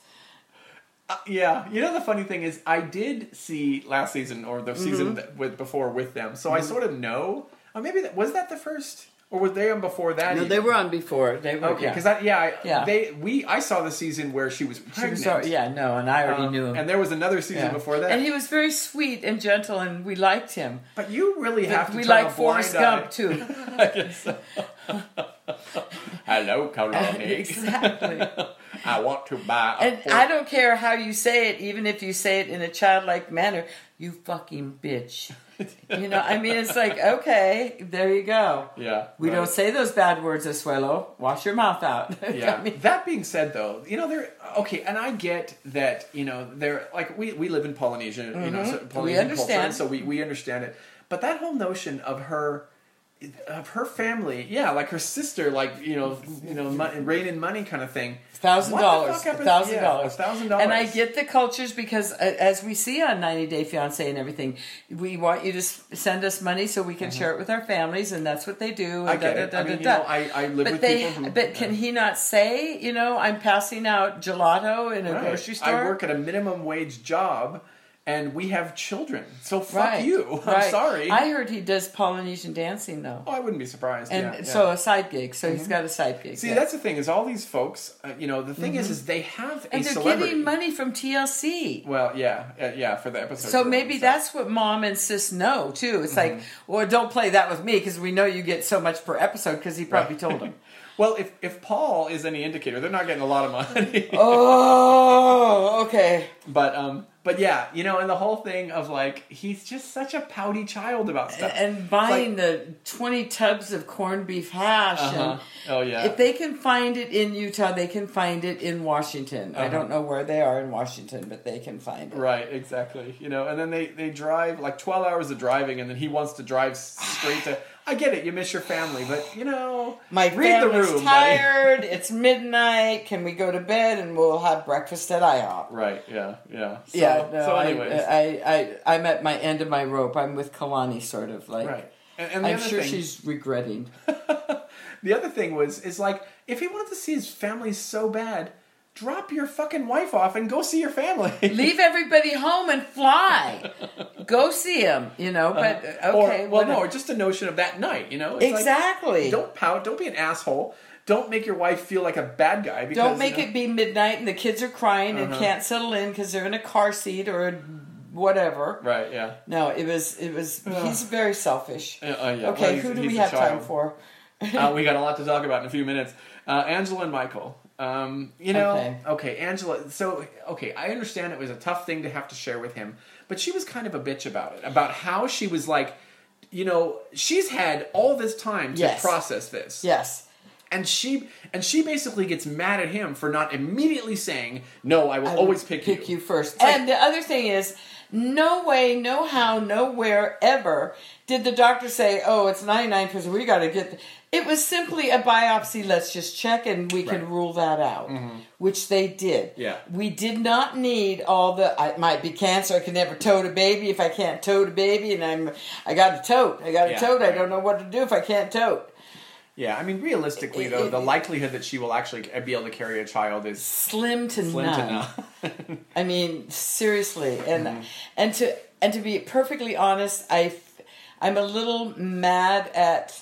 Speaker 1: Uh, yeah, you know the funny thing is, I did see last season or the
Speaker 3: Mm-hmm.
Speaker 1: season that with before with them, so I sort of know. Or maybe that was that the first, or were they on before that?
Speaker 3: No,
Speaker 1: even?
Speaker 3: they were on before. They were
Speaker 1: Okay,
Speaker 3: yeah.
Speaker 1: because yeah, I, yeah, I,
Speaker 3: Yeah.
Speaker 1: they we I saw the season where she was
Speaker 3: She
Speaker 1: pregnant.
Speaker 3: was already- yeah, no, and I already
Speaker 1: Um,
Speaker 3: knew him.
Speaker 1: and there was another season
Speaker 3: Yeah.
Speaker 1: before that.
Speaker 3: And he was very sweet and gentle, and we liked him.
Speaker 1: but you really have to.
Speaker 3: we
Speaker 1: turn a blind
Speaker 3: like Forrest
Speaker 1: eye.
Speaker 3: Gump too.
Speaker 1: I guess so. Hello, Kalani.
Speaker 3: exactly.
Speaker 1: I want to buy a
Speaker 3: And
Speaker 1: pork-
Speaker 3: I don't care how you say it, even if you say it in a childlike manner, you fucking bitch. You know, I mean, it's like, okay, there you go.
Speaker 1: Yeah.
Speaker 3: We
Speaker 1: right.
Speaker 3: don't say those bad words, Asuelo. Wash your mouth out.
Speaker 1: Yeah.
Speaker 3: I mean,
Speaker 1: that being said, though, you know, they're okay, and I get that. You know, they're like we we live in Polynesia, you know, so Polynesian culture, and
Speaker 3: Mm-hmm. understand.
Speaker 1: so we we understand it. But that whole notion of her. Of her family, yeah, like her sister, like you know, you know, mo- rain and money kind of thing.
Speaker 3: thousand
Speaker 1: What the fuck
Speaker 3: dollars, a
Speaker 1: happened-
Speaker 3: thousand
Speaker 1: yeah,
Speaker 3: dollars,
Speaker 1: a thousand dollars.
Speaker 3: And I get the cultures because, uh, as we see on 90 Day Fiance and everything, we want you to s- send us money so we can share it with our families, and that's what they do.
Speaker 1: Mm-hmm. I
Speaker 3: and da-
Speaker 1: get it.
Speaker 3: da-
Speaker 1: I
Speaker 3: da-
Speaker 1: mean, you
Speaker 3: da-
Speaker 1: know, I, I live
Speaker 3: But
Speaker 1: with
Speaker 3: they,
Speaker 1: people who.
Speaker 3: but can he not say, you know, I'm passing out gelato in a
Speaker 1: Right.
Speaker 3: grocery
Speaker 1: I
Speaker 3: store?
Speaker 1: work at a minimum wage job, and we have children. So fuck
Speaker 3: right.
Speaker 1: you. I'm
Speaker 3: right.
Speaker 1: sorry.
Speaker 3: I heard he does Polynesian dancing though,
Speaker 1: oh, I wouldn't be surprised.
Speaker 3: and
Speaker 1: yeah, yeah. Mm-hmm.
Speaker 3: so a side gig. So he's got a side gig.
Speaker 1: See,
Speaker 3: there.
Speaker 1: that's the thing is all these folks, uh, you know, the thing is, is they have a
Speaker 3: Mm-hmm. and they're
Speaker 1: celebrity.
Speaker 3: getting money from TLC.
Speaker 1: Well, yeah, uh, yeah, for the episode.
Speaker 3: So
Speaker 1: for
Speaker 3: maybe
Speaker 1: it,
Speaker 3: that's what mom and sis know too. It's like,
Speaker 1: Mm-hmm.
Speaker 3: well, don't play that with me because we know you get so much per episode because he probably told him.
Speaker 1: Well, if if Paul is any indicator, they're not getting a lot of money.
Speaker 4: Oh, okay.
Speaker 1: But um, but yeah, you know, and the whole thing of like he's just such a pouty child about stuff.
Speaker 3: and buying the 20 tubs of corned beef hash
Speaker 1: Uh-huh.
Speaker 3: and
Speaker 1: Oh yeah.
Speaker 3: if they can find it in utah they can find it in washington i don't know where they are in washington but they can find it
Speaker 1: Uh-huh. Right, exactly. You know, and then they they drive like twelve hours of driving, and then he wants to drive s- straight to. I get it, you miss your family, but you know,
Speaker 4: My
Speaker 1: read the
Speaker 4: family's
Speaker 1: room, buddy.
Speaker 4: tired. It's midnight. Can we go to bed and we'll have breakfast at IHOP?
Speaker 1: Right. Yeah. Yeah. So,
Speaker 3: yeah no,
Speaker 1: so,
Speaker 3: I-
Speaker 1: anyways,
Speaker 3: I, I, I, am at my end of my rope i'm with kalani sort of like
Speaker 1: right. And, and the
Speaker 3: i'm
Speaker 1: other
Speaker 3: sure
Speaker 1: thing,
Speaker 3: she's regretting
Speaker 1: the other thing was is like if he wanted to see his family so bad, drop your fucking wife off and go see your family.
Speaker 3: leave everybody home and fly go see him you know but uh,
Speaker 1: or,
Speaker 3: okay
Speaker 1: well, no,
Speaker 3: whatever.
Speaker 1: or just a notion of that night. You know, It's like,
Speaker 3: exactly
Speaker 1: don't pout. Don't be an asshole. Don't make your wife feel like a bad guy. Because,
Speaker 3: Don't make
Speaker 1: you know-
Speaker 3: it be midnight and the kids are crying and
Speaker 1: Uh-huh.
Speaker 3: can't settle in because they're in a car seat or a whatever.
Speaker 1: Right. Yeah.
Speaker 3: No, it was it was. He's very selfish.
Speaker 1: Uh, uh, yeah. Well,
Speaker 3: Okay,
Speaker 1: he's-
Speaker 3: who do
Speaker 1: he's
Speaker 3: we
Speaker 1: a
Speaker 3: have time
Speaker 1: child.
Speaker 3: for?
Speaker 1: uh, we got a lot to talk about in a few minutes. Uh, Angela and Michael. Um, you know, okay.
Speaker 3: Okay.
Speaker 1: Angela. So, okay, I understand it was a tough thing to have to share with him, but she was kind of a bitch about it, about how she was like, you know, she's had all this time to
Speaker 3: Yes.
Speaker 1: process this,
Speaker 3: Yes,
Speaker 1: and she and she basically gets mad at him for not immediately saying, "No, I will
Speaker 3: I
Speaker 1: always
Speaker 3: would
Speaker 1: pick,
Speaker 3: pick you, first.
Speaker 1: like-
Speaker 3: and the other thing is, no way, no how, nowhere ever did the doctor say, "Oh, it's ninety nine percent. We got to get." th-" It was simply a biopsy. Let's just check, and we can
Speaker 1: Right. Mm-hmm.
Speaker 3: rule that out, which they did.
Speaker 1: Yeah.
Speaker 3: we did not need all the. I it might be cancer. I can never tote a baby if I can't tote a baby, and I'm. I got to tote. I got to
Speaker 1: Yeah,
Speaker 3: tote.
Speaker 1: right.
Speaker 3: I don't know what to do if I can't tote.
Speaker 1: Yeah, I mean, realistically though, the likelihood that she will actually be able to carry a child is
Speaker 3: Slim to
Speaker 1: slim
Speaker 3: none.
Speaker 1: to none.
Speaker 3: I mean, seriously, and and to and to be perfectly honest, I f- I'm a little mad at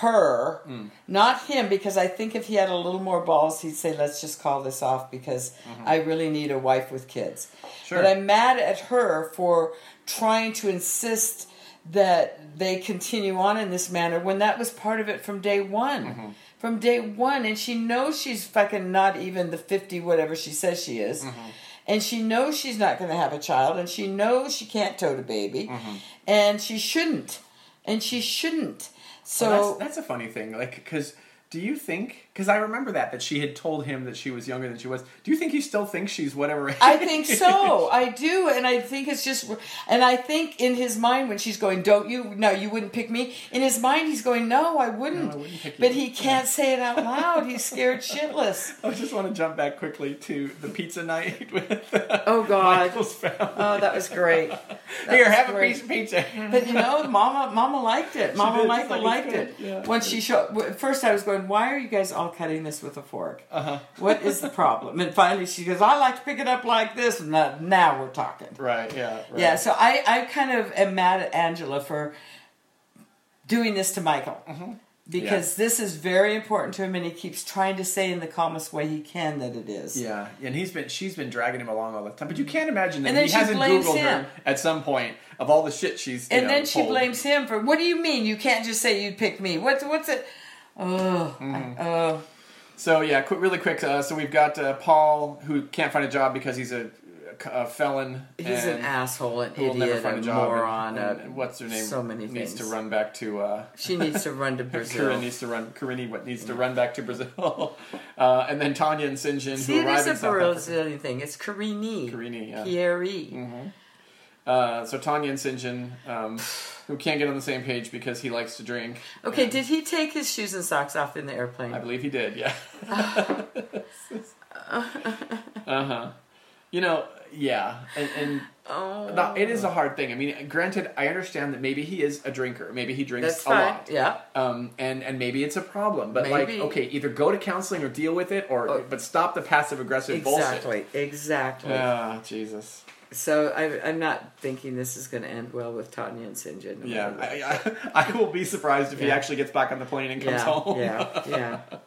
Speaker 3: her,
Speaker 1: Hmm.
Speaker 3: not him, because I think if he had a little more balls, he'd say, "Let's just call this off," because I really need a wife with kids.
Speaker 1: Mm-hmm. Sure.
Speaker 3: But I'm mad at her for trying to insist that they continue on in this manner when that was part of it from day one.
Speaker 1: Mm-hmm.
Speaker 3: From day one, and she knows she's fucking not even the 50, whatever she says she is.
Speaker 1: Mm-hmm.
Speaker 3: And she knows she's not going to have a child, and she knows she can't tote a baby,
Speaker 1: Mm-hmm.
Speaker 3: and she shouldn't. And she shouldn't. So.
Speaker 1: Well, that's, that's a funny thing, like because do you think? Because I remember that that she had told him that she was younger than she was. Do you think he still thinks she's whatever? age?
Speaker 3: I think so. I do, and I think it's just, and I think in his mind when she's going, "Don't you? No, you wouldn't pick me." In his mind, he's going, "No, I wouldn't."
Speaker 1: No, I wouldn't pick you.
Speaker 3: but he can't say it out loud. He's scared shitless.
Speaker 1: I just want to jump back quickly to the pizza night with uh,
Speaker 3: Oh God!
Speaker 1: Michael's family.
Speaker 3: Oh, that was great.
Speaker 1: Here,
Speaker 3: was
Speaker 1: have a
Speaker 3: great.
Speaker 1: piece of pizza.
Speaker 3: But you know, Mama, Mama liked it. Mama
Speaker 1: did, just
Speaker 3: Michael
Speaker 1: like
Speaker 3: liked
Speaker 1: it's
Speaker 3: it.
Speaker 1: good, yeah.
Speaker 3: Once she showed, w- at first I was going, "Why are you guys all cutting this with a fork?
Speaker 1: Uh-huh.
Speaker 3: What is the problem?" And finally, she goes, "I like to pick it up like this." And now- now we're talking.
Speaker 1: Right. Yeah. Right.
Speaker 3: Yeah, so I, I kind of am mad at Angela for doing this to Michael.
Speaker 1: Mm-hmm.
Speaker 3: Because this is very important to him, and he keeps trying to say in the calmest way he can that it is.
Speaker 1: Yeah, and he's been she's been dragging him along all the time, but you can't imagine that
Speaker 3: And then
Speaker 1: he
Speaker 3: she
Speaker 1: hasn't
Speaker 3: blames
Speaker 1: googled
Speaker 3: him.
Speaker 1: her at some point of all the shit she's. you
Speaker 3: And
Speaker 1: know,
Speaker 3: then she
Speaker 1: pulled.
Speaker 3: blames him for what do you mean you can't just say you picked me? What's what's it? Oh,
Speaker 1: Mm-hmm.
Speaker 3: I- oh,
Speaker 1: So yeah, quick, really quick. Uh, so we've got uh, Paul who can't find a job because he's a, a felon.
Speaker 3: he's an
Speaker 1: and-
Speaker 3: asshole, an
Speaker 1: who will never
Speaker 3: idiot,
Speaker 1: find
Speaker 3: a
Speaker 1: a job. and,
Speaker 3: moron. a-
Speaker 1: and what's her name?
Speaker 3: So many
Speaker 1: needs
Speaker 3: things.
Speaker 1: to run back to. Uh,
Speaker 3: She needs to run to
Speaker 1: Corinne
Speaker 3: Brazil.
Speaker 1: needs to run. Corinne what needs to run back to Brazil, uh, and then Tanya and Sinjin
Speaker 3: See,
Speaker 1: who
Speaker 3: it
Speaker 1: arrive
Speaker 3: is a
Speaker 1: in South Africa.
Speaker 3: Brazilian thing. It's Carini.
Speaker 1: Carini, yeah. Mm-hmm.
Speaker 3: Pierre.
Speaker 1: Uh, so Tanya and Sinjin, um, who can't get on the same page because he likes to drink.
Speaker 3: Okay,
Speaker 1: And
Speaker 3: did he take his shoes and socks off in the airplane?
Speaker 1: Mm-hmm. I believe he did? Yeah. uh huh. You know, yeah, and. and
Speaker 3: Oh,
Speaker 1: no, it is a hard thing. I mean, granted, I understand that maybe he is a drinker. Maybe he drinks
Speaker 3: that's
Speaker 1: a
Speaker 3: fine.
Speaker 1: lot.
Speaker 3: Yeah,
Speaker 1: um, and and maybe it's a problem. But
Speaker 3: Maybe.
Speaker 1: like, okay, either go to counseling or deal with it, or
Speaker 3: Oh.
Speaker 1: but stop the passive aggressive bullshit.
Speaker 3: exactly, exactly.
Speaker 1: Ah, Jesus.
Speaker 3: So I, I'm not thinking this is going to end well with Tanya and Sinjin. no
Speaker 1: Yeah,
Speaker 3: matter what.
Speaker 1: I, I, I will be surprised if he
Speaker 3: Yeah.
Speaker 1: actually gets back on the plane and comes
Speaker 3: yeah,
Speaker 1: home.
Speaker 3: yeah, yeah.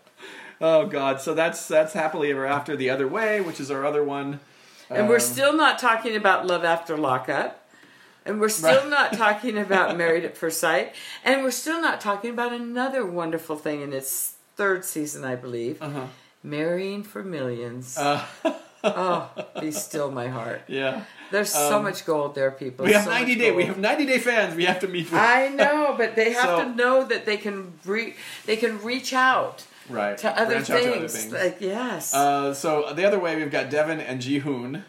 Speaker 1: Oh God. So that's that's happily ever after the other way, which is our other one.
Speaker 3: And we're
Speaker 1: Um,
Speaker 3: still not talking about love after lockup. And we're still
Speaker 1: Right.
Speaker 3: not talking about Married at First Sight. And we're still not talking about another wonderful thing in its third season, I believe
Speaker 1: Uh-huh.
Speaker 3: Marrying for Millions.
Speaker 1: Uh,
Speaker 3: oh, be still my heart.
Speaker 1: yeah.
Speaker 3: There's so
Speaker 1: Um,
Speaker 3: much gold there, people.
Speaker 1: We have
Speaker 3: So
Speaker 1: 90
Speaker 3: much
Speaker 1: day. We
Speaker 3: gold.
Speaker 1: have 90 day fans. We have to meet. With.
Speaker 3: I know, but they have
Speaker 1: So-
Speaker 3: to know that they can re- they can reach out
Speaker 1: right.
Speaker 3: to other,
Speaker 1: Branch out
Speaker 3: things.
Speaker 1: to other things.
Speaker 3: Like yes,
Speaker 1: Uh, so the other way, we've got Devin and Jihoon.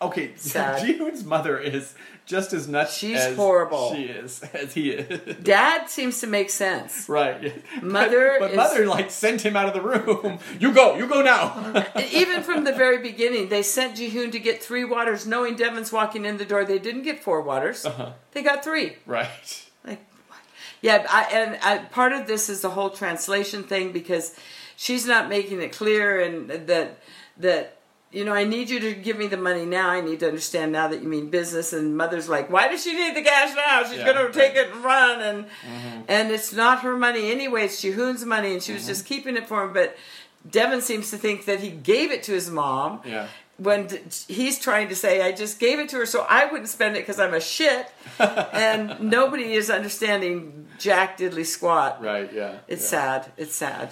Speaker 1: Okay,
Speaker 3: Sad.
Speaker 1: Jihoon's mother is just as nuts.
Speaker 3: She's
Speaker 1: as
Speaker 3: horrible.
Speaker 1: She is as he is.
Speaker 3: Dad seems to make sense.
Speaker 1: right. yeah.
Speaker 3: Mother
Speaker 1: But, but
Speaker 3: is-
Speaker 1: mother like sent him out of the room. You go. You go now.
Speaker 3: Even from the very beginning, they sent Jihoon to get three waters, knowing Devon's walking in the door. They didn't get four waters;
Speaker 1: Uh-huh.
Speaker 3: they got three.
Speaker 1: right.
Speaker 3: Like, what? yeah, I, and I, part of this is the whole translation thing because she's not making it clear, and that that you know, I need you to give me the money now. I need to understand now that you mean business. And mother's like, why does she need the cash now? She's
Speaker 1: Yeah,
Speaker 3: gonna
Speaker 1: right. Mm-hmm.
Speaker 3: take it and run, and and it's not her money anyway. It's Jihoon's money, and she was just keeping it for him, but. Devin seems to think that he gave it to his mom,
Speaker 1: Yeah.
Speaker 3: when d- he's trying to say, I just gave it to her so I wouldn't spend it because I'm a shit. and nobody is understanding Jack Diddley squat.
Speaker 1: Right. Yeah.
Speaker 3: It's
Speaker 1: yeah.
Speaker 3: sad. It's sad.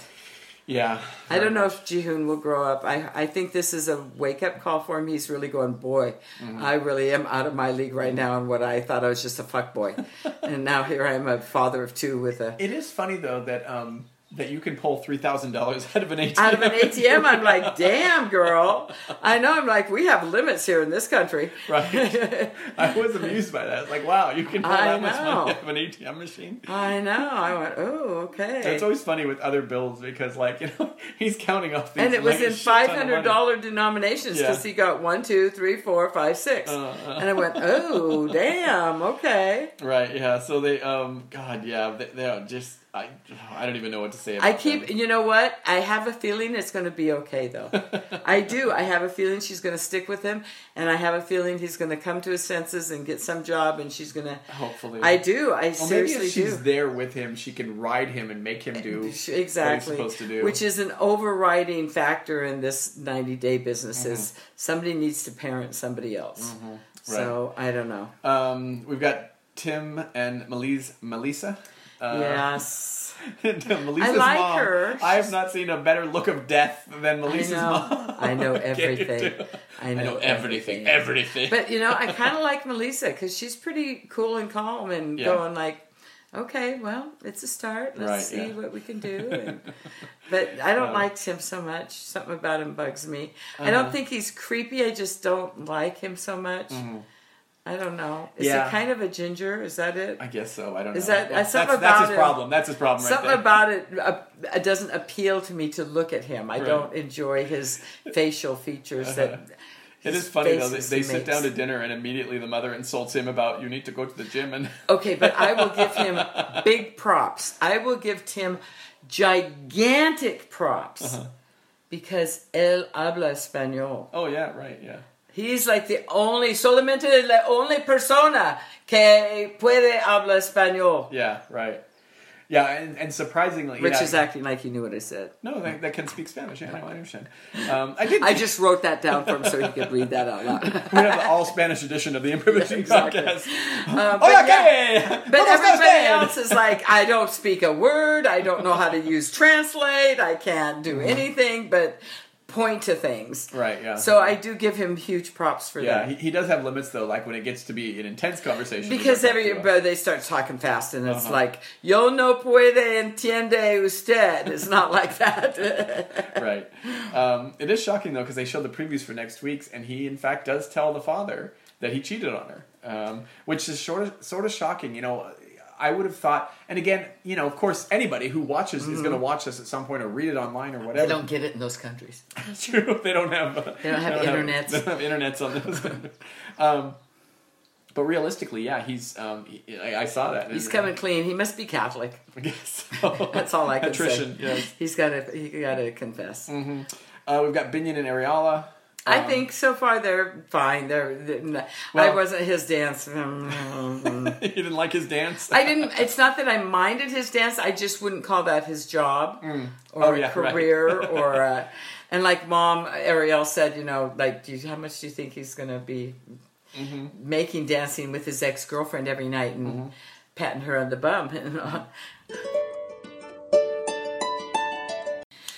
Speaker 1: Yeah.
Speaker 3: I don't know if Jihoon will grow up. I, I think this is a wake up call for him. He's really going, boy,
Speaker 1: Mm-hmm.
Speaker 3: I really am out of my league right now. And what I thought I was just a fuck boy, and now here I am, a father of two with a
Speaker 1: It is funny though that um that you can pull three thousand dollars out of an ATM.
Speaker 3: out of an ATM. I'm like, damn, girl. I know. I'm like, we have limits here in this country.
Speaker 1: Right. I was amused by that. Like, wow, you can pull
Speaker 3: I
Speaker 1: that much money
Speaker 3: know.
Speaker 1: out of an ATM machine.
Speaker 3: I know. I went, oh, okay.
Speaker 1: And It's always funny with other bills because, like, you know, he's counting off these.
Speaker 3: and it was
Speaker 1: like,
Speaker 3: in
Speaker 1: a shit ton of
Speaker 3: five hundred
Speaker 1: money.
Speaker 3: dollar denominations
Speaker 1: Yeah.
Speaker 3: because he got one, two, three, four, five, six,
Speaker 1: Uh, uh.
Speaker 3: and I went, oh damn, okay.
Speaker 1: Right. Yeah. So they, um, God, yeah, they, they are just, I, I don't even know what to say. About
Speaker 3: I keep,
Speaker 1: them.
Speaker 3: you know what? I have a feeling it's going to be okay though. I do. I have a feeling she's going to stick with him, and I have a feeling he's going to come to his senses and get some job, and she's going to.
Speaker 1: Hopefully,
Speaker 3: I do. I
Speaker 1: Well, maybe
Speaker 3: seriously
Speaker 1: if she's
Speaker 3: do.
Speaker 1: there with him, she can ride him and make him do
Speaker 3: Sh- exactly
Speaker 1: supposed to do.
Speaker 3: which is an overriding factor in this 90 day business
Speaker 1: Mm-hmm.
Speaker 3: is somebody needs to parent somebody else so i don't know
Speaker 1: Um, we've got Tim and Melise, Melissa. Uh,
Speaker 3: yes
Speaker 1: Melissa's
Speaker 3: like
Speaker 1: mom.
Speaker 3: her.
Speaker 1: I have not seen a better look of death than Melissa's
Speaker 3: I know.
Speaker 1: mom.
Speaker 3: I know
Speaker 1: Can't you
Speaker 3: everything.
Speaker 1: do-
Speaker 3: I
Speaker 1: I
Speaker 3: know,
Speaker 1: know everything. Everything.
Speaker 3: But you know, I kind of like Melissa because she's pretty cool and calm and
Speaker 1: Yeah.
Speaker 3: going like, "Okay, well, it's a start. Let's
Speaker 1: Right,
Speaker 3: see
Speaker 1: yeah.
Speaker 3: what we can do." And, but I don't
Speaker 1: Um,
Speaker 3: like Tim so much. Something about him bugs me. I don't
Speaker 1: Uh-huh.
Speaker 3: think he's creepy. I just don't like him so much. I don't know. Is
Speaker 1: Mm-hmm. Yeah.
Speaker 3: he kind of a ginger? Is that it?
Speaker 1: I guess so. I don't
Speaker 3: Is
Speaker 1: know.
Speaker 3: that- uh,
Speaker 1: that's,
Speaker 3: something
Speaker 1: that's, that's
Speaker 3: about
Speaker 1: his
Speaker 3: it-
Speaker 1: problem. That's his problem right
Speaker 3: Something
Speaker 1: there.
Speaker 3: about it uh, uh, doesn't appeal to me to look at him. I
Speaker 1: Right. Uh-huh.
Speaker 3: don't enjoy his facial features. That
Speaker 1: it
Speaker 3: his
Speaker 1: is funny though. They,
Speaker 3: faces
Speaker 1: they
Speaker 3: he
Speaker 1: sit
Speaker 3: makes.
Speaker 1: down to dinner and immediately the mother insults him about you need to go to the gym and
Speaker 3: Okay, but I will give him big props. I will give Tim gigantic props
Speaker 1: Uh-huh.
Speaker 3: because él habla español.
Speaker 1: oh yeah right yeah
Speaker 3: He's like the only, solamente la only persona que puede hablar español.
Speaker 1: yeah right yeah and, and surprisingly
Speaker 3: Rich
Speaker 1: yeah,
Speaker 3: is acting like he knew what I said.
Speaker 1: no that, that can speak Spanish. Yeah, no, I understand. Um, I did.
Speaker 3: I just wrote that down for him so he could read that out loud.
Speaker 1: we have the all Spanish edition of the Improvising
Speaker 3: exactly.
Speaker 1: Podcast. Oh
Speaker 3: Uh, but yeah,
Speaker 1: yeah, okay.
Speaker 3: But
Speaker 1: Vamos,
Speaker 3: everybody
Speaker 1: Spain!
Speaker 3: else is like, I don't speak a word. I don't know how to use translate. I can't do anything but point to things.
Speaker 1: Mm-hmm. Right, yeah.
Speaker 3: So I do give him huge props for
Speaker 1: Yeah,
Speaker 3: that.
Speaker 1: he, he does have limits though. Like when it gets to be an intense conversation, he
Speaker 3: because
Speaker 1: does have to, uh,
Speaker 3: everybody they start talking fast and it's
Speaker 1: Uh-huh.
Speaker 3: like yo no puede entiende usted. It's not like that.
Speaker 1: right. Um, it is shocking though because they showed the previews for next week's, and he in fact does tell the father that he cheated on her, um, which is sort of sort of shocking. You know, I would have thought, and again, you know, of course, anybody who watches is going to watch this at some point or read it online or
Speaker 3: Mm-hmm. they
Speaker 1: whatever.
Speaker 3: don't get it in those countries.
Speaker 1: It's true. They don't have. Uh,
Speaker 3: They don't have internets.
Speaker 1: They don't have internets on those. um, but realistically, yeah, he's. Um, he- I, I saw that.
Speaker 3: He's
Speaker 1: and-
Speaker 3: coming clean. He must be Catholic.
Speaker 1: I guess. so.
Speaker 3: That's all I can
Speaker 1: Attrition,
Speaker 3: say.
Speaker 1: yes.
Speaker 3: He's got to he got to confess.
Speaker 1: Uh, we've got Binion and Ariala.
Speaker 3: I think so far they're fine. They're, they're- I
Speaker 1: Well-
Speaker 3: wasn't his dance. I
Speaker 1: you didn't like his dance?
Speaker 3: didn't. It's not that I minded his dance. I just wouldn't call that his job or
Speaker 1: Oh, yeah, right.
Speaker 3: career or. Uh, and like mom Ariel said, you know, like, do you, how much do you think he's gonna be
Speaker 1: Mm-hmm.
Speaker 3: making dancing with his ex girlfriend every night and patting her on the bum?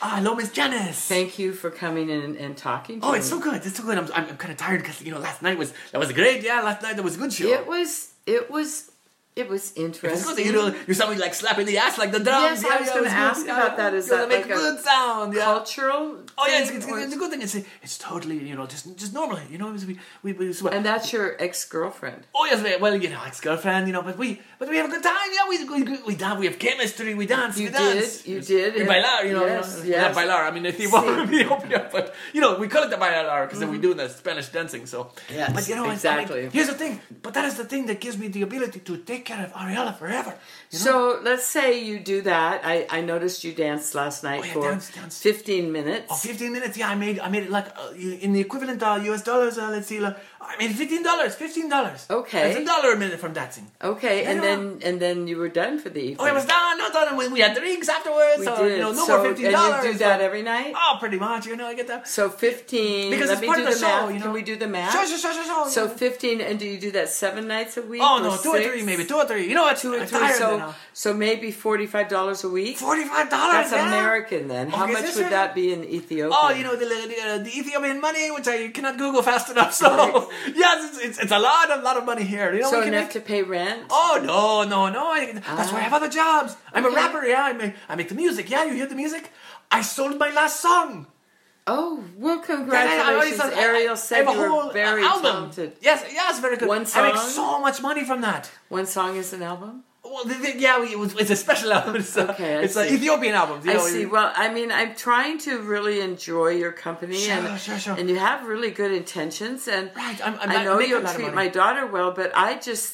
Speaker 1: Ah, hello, Miss Janice.
Speaker 3: Thank you for coming in and talking. To
Speaker 1: Oh, it's
Speaker 3: me.
Speaker 1: so good. It's so good. I'm, I'm, kind of tired because you know last night was that was great. Yeah, last night that was a good show.
Speaker 3: It was. It was. It was
Speaker 1: It's
Speaker 3: interesting.
Speaker 1: good. You know, you sound like slapping the ass like the drums.
Speaker 3: Yes, I was
Speaker 1: yeah,
Speaker 3: gonna
Speaker 1: it's good.
Speaker 3: ask about that. Is
Speaker 1: you wanna
Speaker 3: that
Speaker 1: make
Speaker 3: like a
Speaker 1: good sound? Yeah.
Speaker 3: cultural.
Speaker 1: Oh yeah, it's,
Speaker 3: thing,
Speaker 1: it's,
Speaker 3: or-
Speaker 1: it's a good thing. It's it's totally you know just just normally you know we we, we so-
Speaker 3: and that's your ex girlfriend.
Speaker 1: oh yes we- well you know ex girlfriend you know but we but we have a good time yeah we we, we, we dance we have chemistry we dance
Speaker 3: You
Speaker 1: we dance
Speaker 3: did, you did.
Speaker 1: we
Speaker 3: and-
Speaker 1: bailar you know
Speaker 3: Yes,
Speaker 1: you know
Speaker 3: yes.
Speaker 1: not bailar I mean if you want me opium, but you know we call it the bailar because we do the Spanish dancing so
Speaker 3: Yes,
Speaker 1: but you know it's- I
Speaker 3: exactly.
Speaker 1: mean, here's the thing but that is the thing that gives me the ability to take care of Ariella forever you know?
Speaker 3: So let's say you do that. I, I noticed you danced last night
Speaker 1: Oh, yeah,
Speaker 3: for
Speaker 1: dance, dance.
Speaker 3: fifteen minutes.
Speaker 1: Oh, 15 minutes. Yeah, I made I made it like uh, in the equivalent uh, US dollars. Uh, let's see, uh, I made fifteen dollars. Fifteen dollars.
Speaker 3: Okay.
Speaker 1: it's a dollar a minute from dancing.
Speaker 3: Okay, and
Speaker 1: Yeah.
Speaker 3: then and then you were done for the evening.
Speaker 1: Oh, it was done. No, done. We, we had drinks afterwards.
Speaker 3: We
Speaker 1: so,
Speaker 3: did.
Speaker 1: You know, no
Speaker 3: so,
Speaker 1: more fifteen dollars.
Speaker 3: And you do that every night.
Speaker 1: Oh, pretty much. You know, I get that.
Speaker 3: So fifteen.
Speaker 1: Because
Speaker 3: let
Speaker 1: it's
Speaker 3: me
Speaker 1: part
Speaker 3: do
Speaker 1: of the show,
Speaker 3: math.
Speaker 1: you know.
Speaker 3: Can we do the math?
Speaker 1: Sure, sure, sure, sure, sure.
Speaker 3: So fifteen, and do you do that seven nights a week?
Speaker 1: oh no,
Speaker 3: or
Speaker 1: two or
Speaker 3: six?
Speaker 1: three, maybe two or three. You know what?
Speaker 3: Two or
Speaker 1: I'm
Speaker 3: three.
Speaker 1: tired
Speaker 3: So
Speaker 1: now.
Speaker 3: so maybe forty five dollars a week.
Speaker 1: forty-five Oh, dollars.
Speaker 3: That's American then. How
Speaker 1: Okay,
Speaker 3: much
Speaker 1: sister.
Speaker 3: would that be in Ethiopia?
Speaker 1: Oh, you know the, the, uh, the Ethiopian money, which I cannot Google fast enough. So yes, it's, it's, it's a lot, a lot of money here. You know,
Speaker 3: so
Speaker 1: we can
Speaker 3: enough
Speaker 1: make-
Speaker 3: to pay rent.
Speaker 1: Oh no, no, no! I, that's why I
Speaker 3: Ah.
Speaker 1: have other jobs. I'm a
Speaker 3: Okay.
Speaker 1: rapper. Yeah, I make I make the music. Yeah, you hear the music? I sold my last song.
Speaker 3: Oh, well,
Speaker 1: Yeah, yeah, I already
Speaker 3: congratulations,
Speaker 1: sold- I- I-
Speaker 3: Ariel. Said
Speaker 1: I have a
Speaker 3: you were
Speaker 1: whole uh,
Speaker 3: very
Speaker 1: album.
Speaker 3: talented.
Speaker 1: Yes, yes, very good.
Speaker 3: One
Speaker 1: I make
Speaker 3: song?
Speaker 1: so much money from that.
Speaker 3: One song is an album.
Speaker 1: Well, the, the, yeah, we- it was, it's a special album. It's, a,
Speaker 3: Okay, I
Speaker 1: it's an
Speaker 3: see.
Speaker 1: Ethiopian album. You
Speaker 3: I
Speaker 1: know,
Speaker 3: see.
Speaker 1: you-
Speaker 3: Well, I mean, I'm trying to really enjoy your company,
Speaker 1: Sure,
Speaker 3: and
Speaker 1: sure, sure.
Speaker 3: and you have really good intentions, and
Speaker 1: Right, I'm- I'm
Speaker 3: I
Speaker 1: not-
Speaker 3: know
Speaker 1: make a
Speaker 3: you'll
Speaker 1: lot of
Speaker 3: treat
Speaker 1: money.
Speaker 3: my daughter well, but I just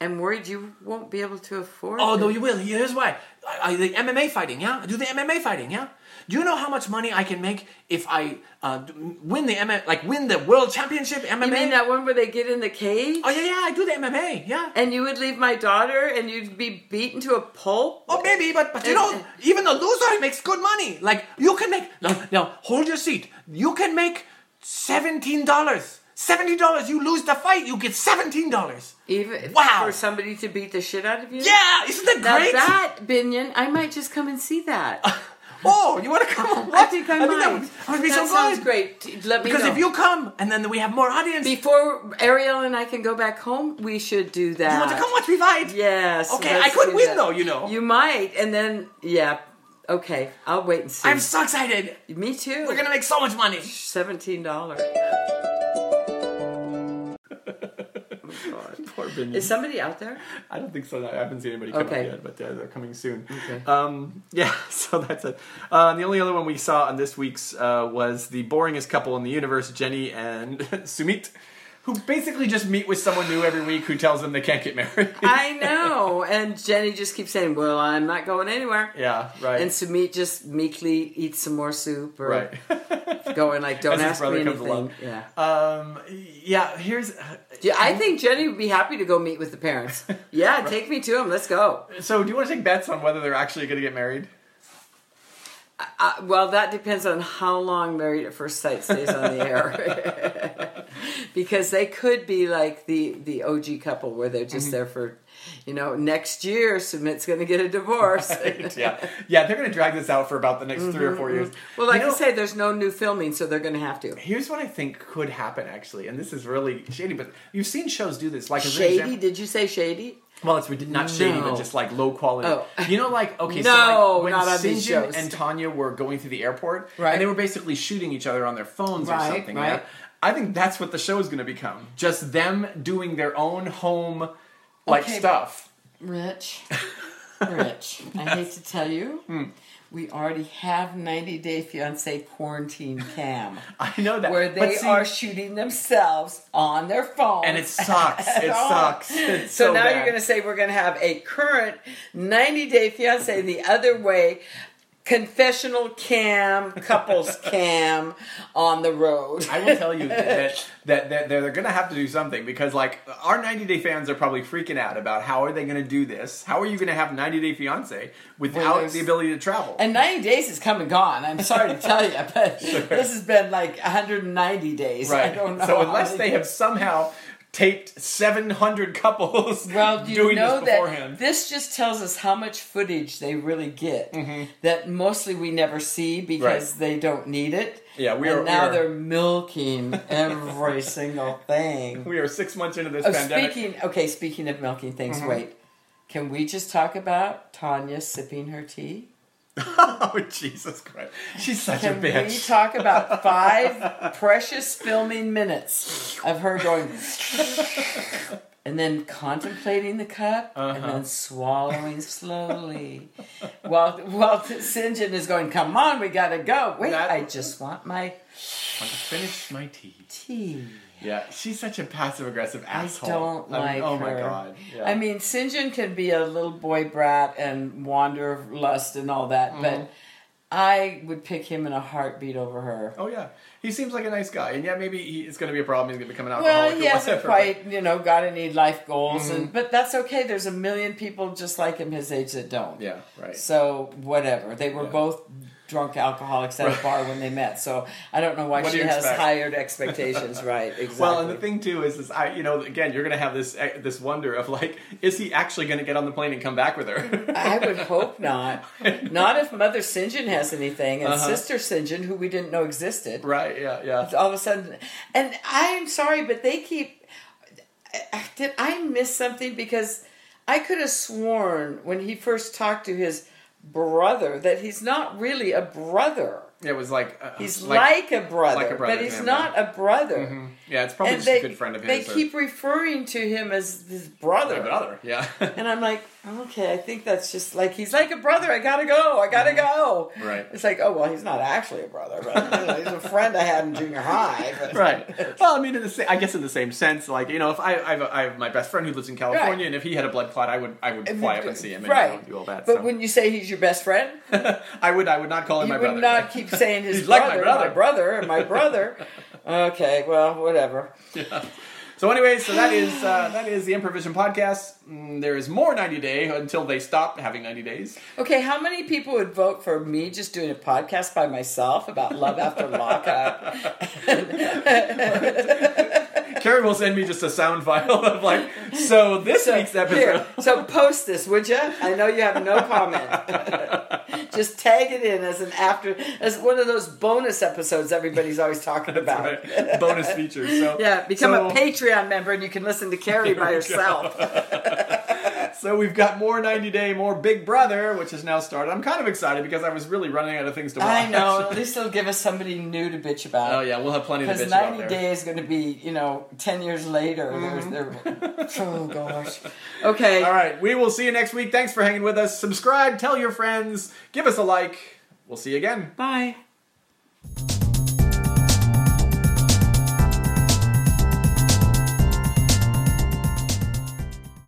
Speaker 3: am worried you won't be able to afford.
Speaker 1: Oh
Speaker 3: it.
Speaker 1: no, you will. Here's why. I, I, the MMA fighting, yeah. I do the MMA fighting, yeah. Do you know how much money I can make if I uh, d- win the MMA, like win the world championship MMA?
Speaker 3: You mean that one where they get in the cage?
Speaker 1: Oh yeah, yeah. I do the MMA, yeah.
Speaker 3: And you would leave my daughter, and you'd be beaten to a pulp.
Speaker 1: Oh, maybe, but but you
Speaker 3: And-
Speaker 1: know, even the loser makes good money. Like you can make now, now hold your seat. You can make seventeen dollars. Seventy dollars. You lose the fight, you get seventeen dollars.
Speaker 3: Even
Speaker 1: Wow.
Speaker 3: for somebody to beat the shit out of you.
Speaker 1: Yeah, isn't that
Speaker 3: Now
Speaker 1: great?
Speaker 3: that Binion, I might just come and see that.
Speaker 1: oh, you want to come? What?
Speaker 3: I think I, might.
Speaker 1: that would, that would be
Speaker 3: That
Speaker 1: so
Speaker 3: sounds
Speaker 1: good.
Speaker 3: great. T- Let me
Speaker 1: Because
Speaker 3: know.
Speaker 1: if you come, and then we have more audience.
Speaker 3: before Ariel and I can go back home, we should do that.
Speaker 1: you want to come watch me fight?
Speaker 3: Yes.
Speaker 1: Okay,
Speaker 3: let's
Speaker 1: I could
Speaker 3: do
Speaker 1: win
Speaker 3: that.
Speaker 1: though, you know.
Speaker 3: You might, and then yeah. Okay, I'll wait and see.
Speaker 1: I'm so excited.
Speaker 3: Me too.
Speaker 1: We're gonna make so much money.
Speaker 3: seventeen dollars. Oh,
Speaker 1: Poor Binion.
Speaker 3: Is somebody out there?
Speaker 1: I don't think so. I haven't seen anybody come
Speaker 3: Okay.
Speaker 1: up yet, but uh, they're coming soon.
Speaker 3: Okay.
Speaker 1: Um, yeah, so that's it. Uh, the only other one we saw on this week's uh, was the boringest couple in the universe, Jenny and Sumit, who basically just meet with someone new every week who tells them they can't get married.
Speaker 3: I know. And Jenny just keeps saying, "Well, I'm not going anywhere."
Speaker 1: yeah, right.
Speaker 3: And Sumit just meekly eats some more soup or
Speaker 1: right.
Speaker 3: going like, "Don't
Speaker 1: As his
Speaker 3: ask
Speaker 1: brother
Speaker 3: me
Speaker 1: comes
Speaker 3: anything."
Speaker 1: along.
Speaker 3: Yeah.
Speaker 1: um, yeah, here's.
Speaker 3: Yeah, I think Jenny would be happy to go meet with the parents. Yeah, take me to them. Let's go.
Speaker 1: So, do you want to take bets on whether they're actually going to get married?
Speaker 3: Uh, well, that depends on how long Married at First Sight stays on the air, because they could be like the the OG couple where they're
Speaker 1: Mm-hmm.
Speaker 3: just there for, you know, next year Submit's going to get a divorce.
Speaker 1: yeah. Yeah, they're going to drag this out for about the next three or four years.
Speaker 3: Mm-hmm. Well, like
Speaker 1: You
Speaker 3: I
Speaker 1: know-
Speaker 3: say, there's no new filming, so they're going to have to.
Speaker 1: Here's what I think could happen, actually, and this is really shady, but you've seen shows do this. Like, as an
Speaker 3: Shady?
Speaker 1: example-
Speaker 3: Did you say shady?
Speaker 1: well, it's ridic- not shady, but
Speaker 3: No.
Speaker 1: just like low quality.
Speaker 3: Oh.
Speaker 1: You know, like okay, so
Speaker 3: No,
Speaker 1: like, when
Speaker 3: not on
Speaker 1: Sinjin
Speaker 3: these shows.
Speaker 1: and Tanya were going through the airport,
Speaker 3: Right.
Speaker 1: and they were basically shooting each other on their phones
Speaker 3: Right,
Speaker 1: or something. Yeah?
Speaker 3: right.
Speaker 1: I think that's what the show is going to become: just them doing their own home like
Speaker 3: Okay.
Speaker 1: stuff.
Speaker 3: Rich, Rich, I hate to tell you,
Speaker 1: Hmm.
Speaker 3: we already have 90 Day Fiance quarantine cam.
Speaker 1: I know that
Speaker 3: where
Speaker 1: But
Speaker 3: they
Speaker 1: see-
Speaker 3: are shooting themselves on their phone.
Speaker 1: and it sucks. it
Speaker 3: all.
Speaker 1: sucks. It's
Speaker 3: so,
Speaker 1: so,
Speaker 3: now
Speaker 1: bad.
Speaker 3: you're going to say we're going to have a current 90 day fiance the other way
Speaker 5: confessional cam, couples cam on the road.
Speaker 1: I will tell you that that, that they're, they're going to have to do something because like our 90 Day fans are probably freaking out about how are they going to do this? How are you going to have 90 Day Fiance without
Speaker 3: there's-
Speaker 1: the ability to travel?
Speaker 5: And 90 days is come and gone. I'm sorry to tell you, but this has been like 190 days. I
Speaker 1: right.
Speaker 5: don't know.
Speaker 1: So
Speaker 5: how
Speaker 1: unless they have somehow taped 700 couples
Speaker 3: Well, do you
Speaker 1: doing
Speaker 3: know
Speaker 1: this beforehand.
Speaker 3: that this just tells us how much footage they really get
Speaker 1: Mm-hmm.
Speaker 3: that mostly we never see because they don't need it.
Speaker 1: Yeah, we
Speaker 3: and
Speaker 1: are-
Speaker 3: now
Speaker 1: we are-
Speaker 3: they're milking every single thing.
Speaker 1: we are six months into this
Speaker 3: Oh,
Speaker 1: pandemic.
Speaker 3: speaking okay, speaking of milking things,
Speaker 1: Mm-hmm.
Speaker 3: wait. Can we just talk about Tanya sipping her tea?
Speaker 1: oh Jesus Christ! She's such
Speaker 3: Can
Speaker 1: a
Speaker 3: we
Speaker 1: bitch.
Speaker 3: talk about five precious filming minutes of her going and then contemplating the cup and
Speaker 1: Uh-huh.
Speaker 3: then swallowing slowly while while St. John is going, Come on, we gotta go. Wait,
Speaker 1: That-
Speaker 3: I just want my
Speaker 1: I finish my tea.
Speaker 3: tea.
Speaker 1: Yeah, she's such a passive aggressive asshole.
Speaker 3: don't
Speaker 1: I'm-
Speaker 3: like
Speaker 1: Oh my
Speaker 3: her.
Speaker 1: god! Yeah.
Speaker 3: I mean, St. John can be a little boy brat and wanderlust and all that, but
Speaker 1: Mm-hmm.
Speaker 3: I would pick him in a heartbeat over her.
Speaker 1: oh yeah, he seems like a nice guy, and yeah, maybe he, it's going to be a problem. He's going to become an alcoholic.
Speaker 3: Well,
Speaker 1: or
Speaker 3: he hasn't
Speaker 1: whatever, Mm-hmm.
Speaker 3: quite, you know, got any life goals, and but that's okay. There's a million people just like him his age that don't.
Speaker 1: but- Yeah, right.
Speaker 3: So whatever. They were
Speaker 1: Yeah.
Speaker 3: both drunk alcoholics at a bar when they met. So I don't know why
Speaker 1: What do
Speaker 3: she
Speaker 1: you
Speaker 3: has
Speaker 1: expect?
Speaker 3: higher expectations. right. Exactly.
Speaker 1: Well, and the thing too is, is I, you know, again, you're going to have this eh, this wonder of like, is he actually going to get on the plane and come back with her?
Speaker 3: I would hope not. Not if Mother St. John has anything, and
Speaker 1: Uh-huh.
Speaker 3: Sister St. John, who we didn't know existed.
Speaker 1: right? Yeah, yeah.
Speaker 3: all of a sudden and i'm sorry but they keep did i miss something because i could have sworn when he first talked to his brother that he's not really a brother
Speaker 1: It was like uh,
Speaker 3: he's like, a brother
Speaker 1: like a brother
Speaker 3: but
Speaker 1: to
Speaker 3: he's
Speaker 1: him,
Speaker 3: not a brother
Speaker 1: Mhm. yeah, it's probably
Speaker 3: and
Speaker 1: just
Speaker 3: they,
Speaker 1: a good friend of
Speaker 3: they
Speaker 1: his. or-
Speaker 3: keep referring to him as his
Speaker 1: Yeah,
Speaker 3: brother
Speaker 1: but other, yeah.
Speaker 3: and i'm like okay i think that's just like he's like a brother i gotta go i gotta go
Speaker 1: Mm-hmm. Right.
Speaker 3: it's like oh well he's not actually a brother but you know, he's a friend i had in junior high but
Speaker 1: right. Well, I mean, in the sa- I guess in the same sense, like you know, if I I have, a, I have my best friend who lives in California,
Speaker 3: Right.
Speaker 1: and if he had a blood clot, I would I would
Speaker 3: And
Speaker 1: fly
Speaker 3: you
Speaker 1: up
Speaker 3: do-
Speaker 1: and see him and
Speaker 3: right.
Speaker 1: you know, do all that.
Speaker 3: But
Speaker 1: so.
Speaker 3: when you say he's your best friend,
Speaker 1: I would I would not call him
Speaker 3: you
Speaker 1: my
Speaker 3: would
Speaker 1: brother.
Speaker 3: not keep saying his
Speaker 1: He's like
Speaker 3: brother,
Speaker 1: my
Speaker 3: my brother, and my brother. okay, well, whatever.
Speaker 1: So, anyways, so that is uh, that is the Improvision podcast. Mm, there is more ninety day until they stop having ninety days.
Speaker 3: Okay, how many people would vote for me just doing a podcast by myself about love after lockup?
Speaker 1: Carrie will send me just a sound file of like, so this
Speaker 3: So,
Speaker 1: week's episode.
Speaker 3: here, so post this, would you? I know you have no comment. just tag it in as an after, as one of those bonus episodes everybody's always talking about.
Speaker 1: Right. Bonus features. So
Speaker 3: Yeah, become
Speaker 1: so,
Speaker 3: a Patreon member and you can listen to Carrie by yourself.
Speaker 1: So we've got more 90 Day, more Big Brother, which has now started. I'm kind of excited because I was really running out of things to watch.
Speaker 3: I know. At least they'll give us somebody new to bitch
Speaker 1: Oh
Speaker 3: about.
Speaker 1: yeah, we'll have plenty to bitch
Speaker 3: Because
Speaker 1: about
Speaker 3: 90
Speaker 1: there.
Speaker 3: days is going to be, you know, 10 years later. There's, there, oh, gosh. Okay.
Speaker 1: All right, we will see you next week. Thanks for hanging with us. Subscribe, tell your friends, give us a like. We'll see you again.
Speaker 3: Bye.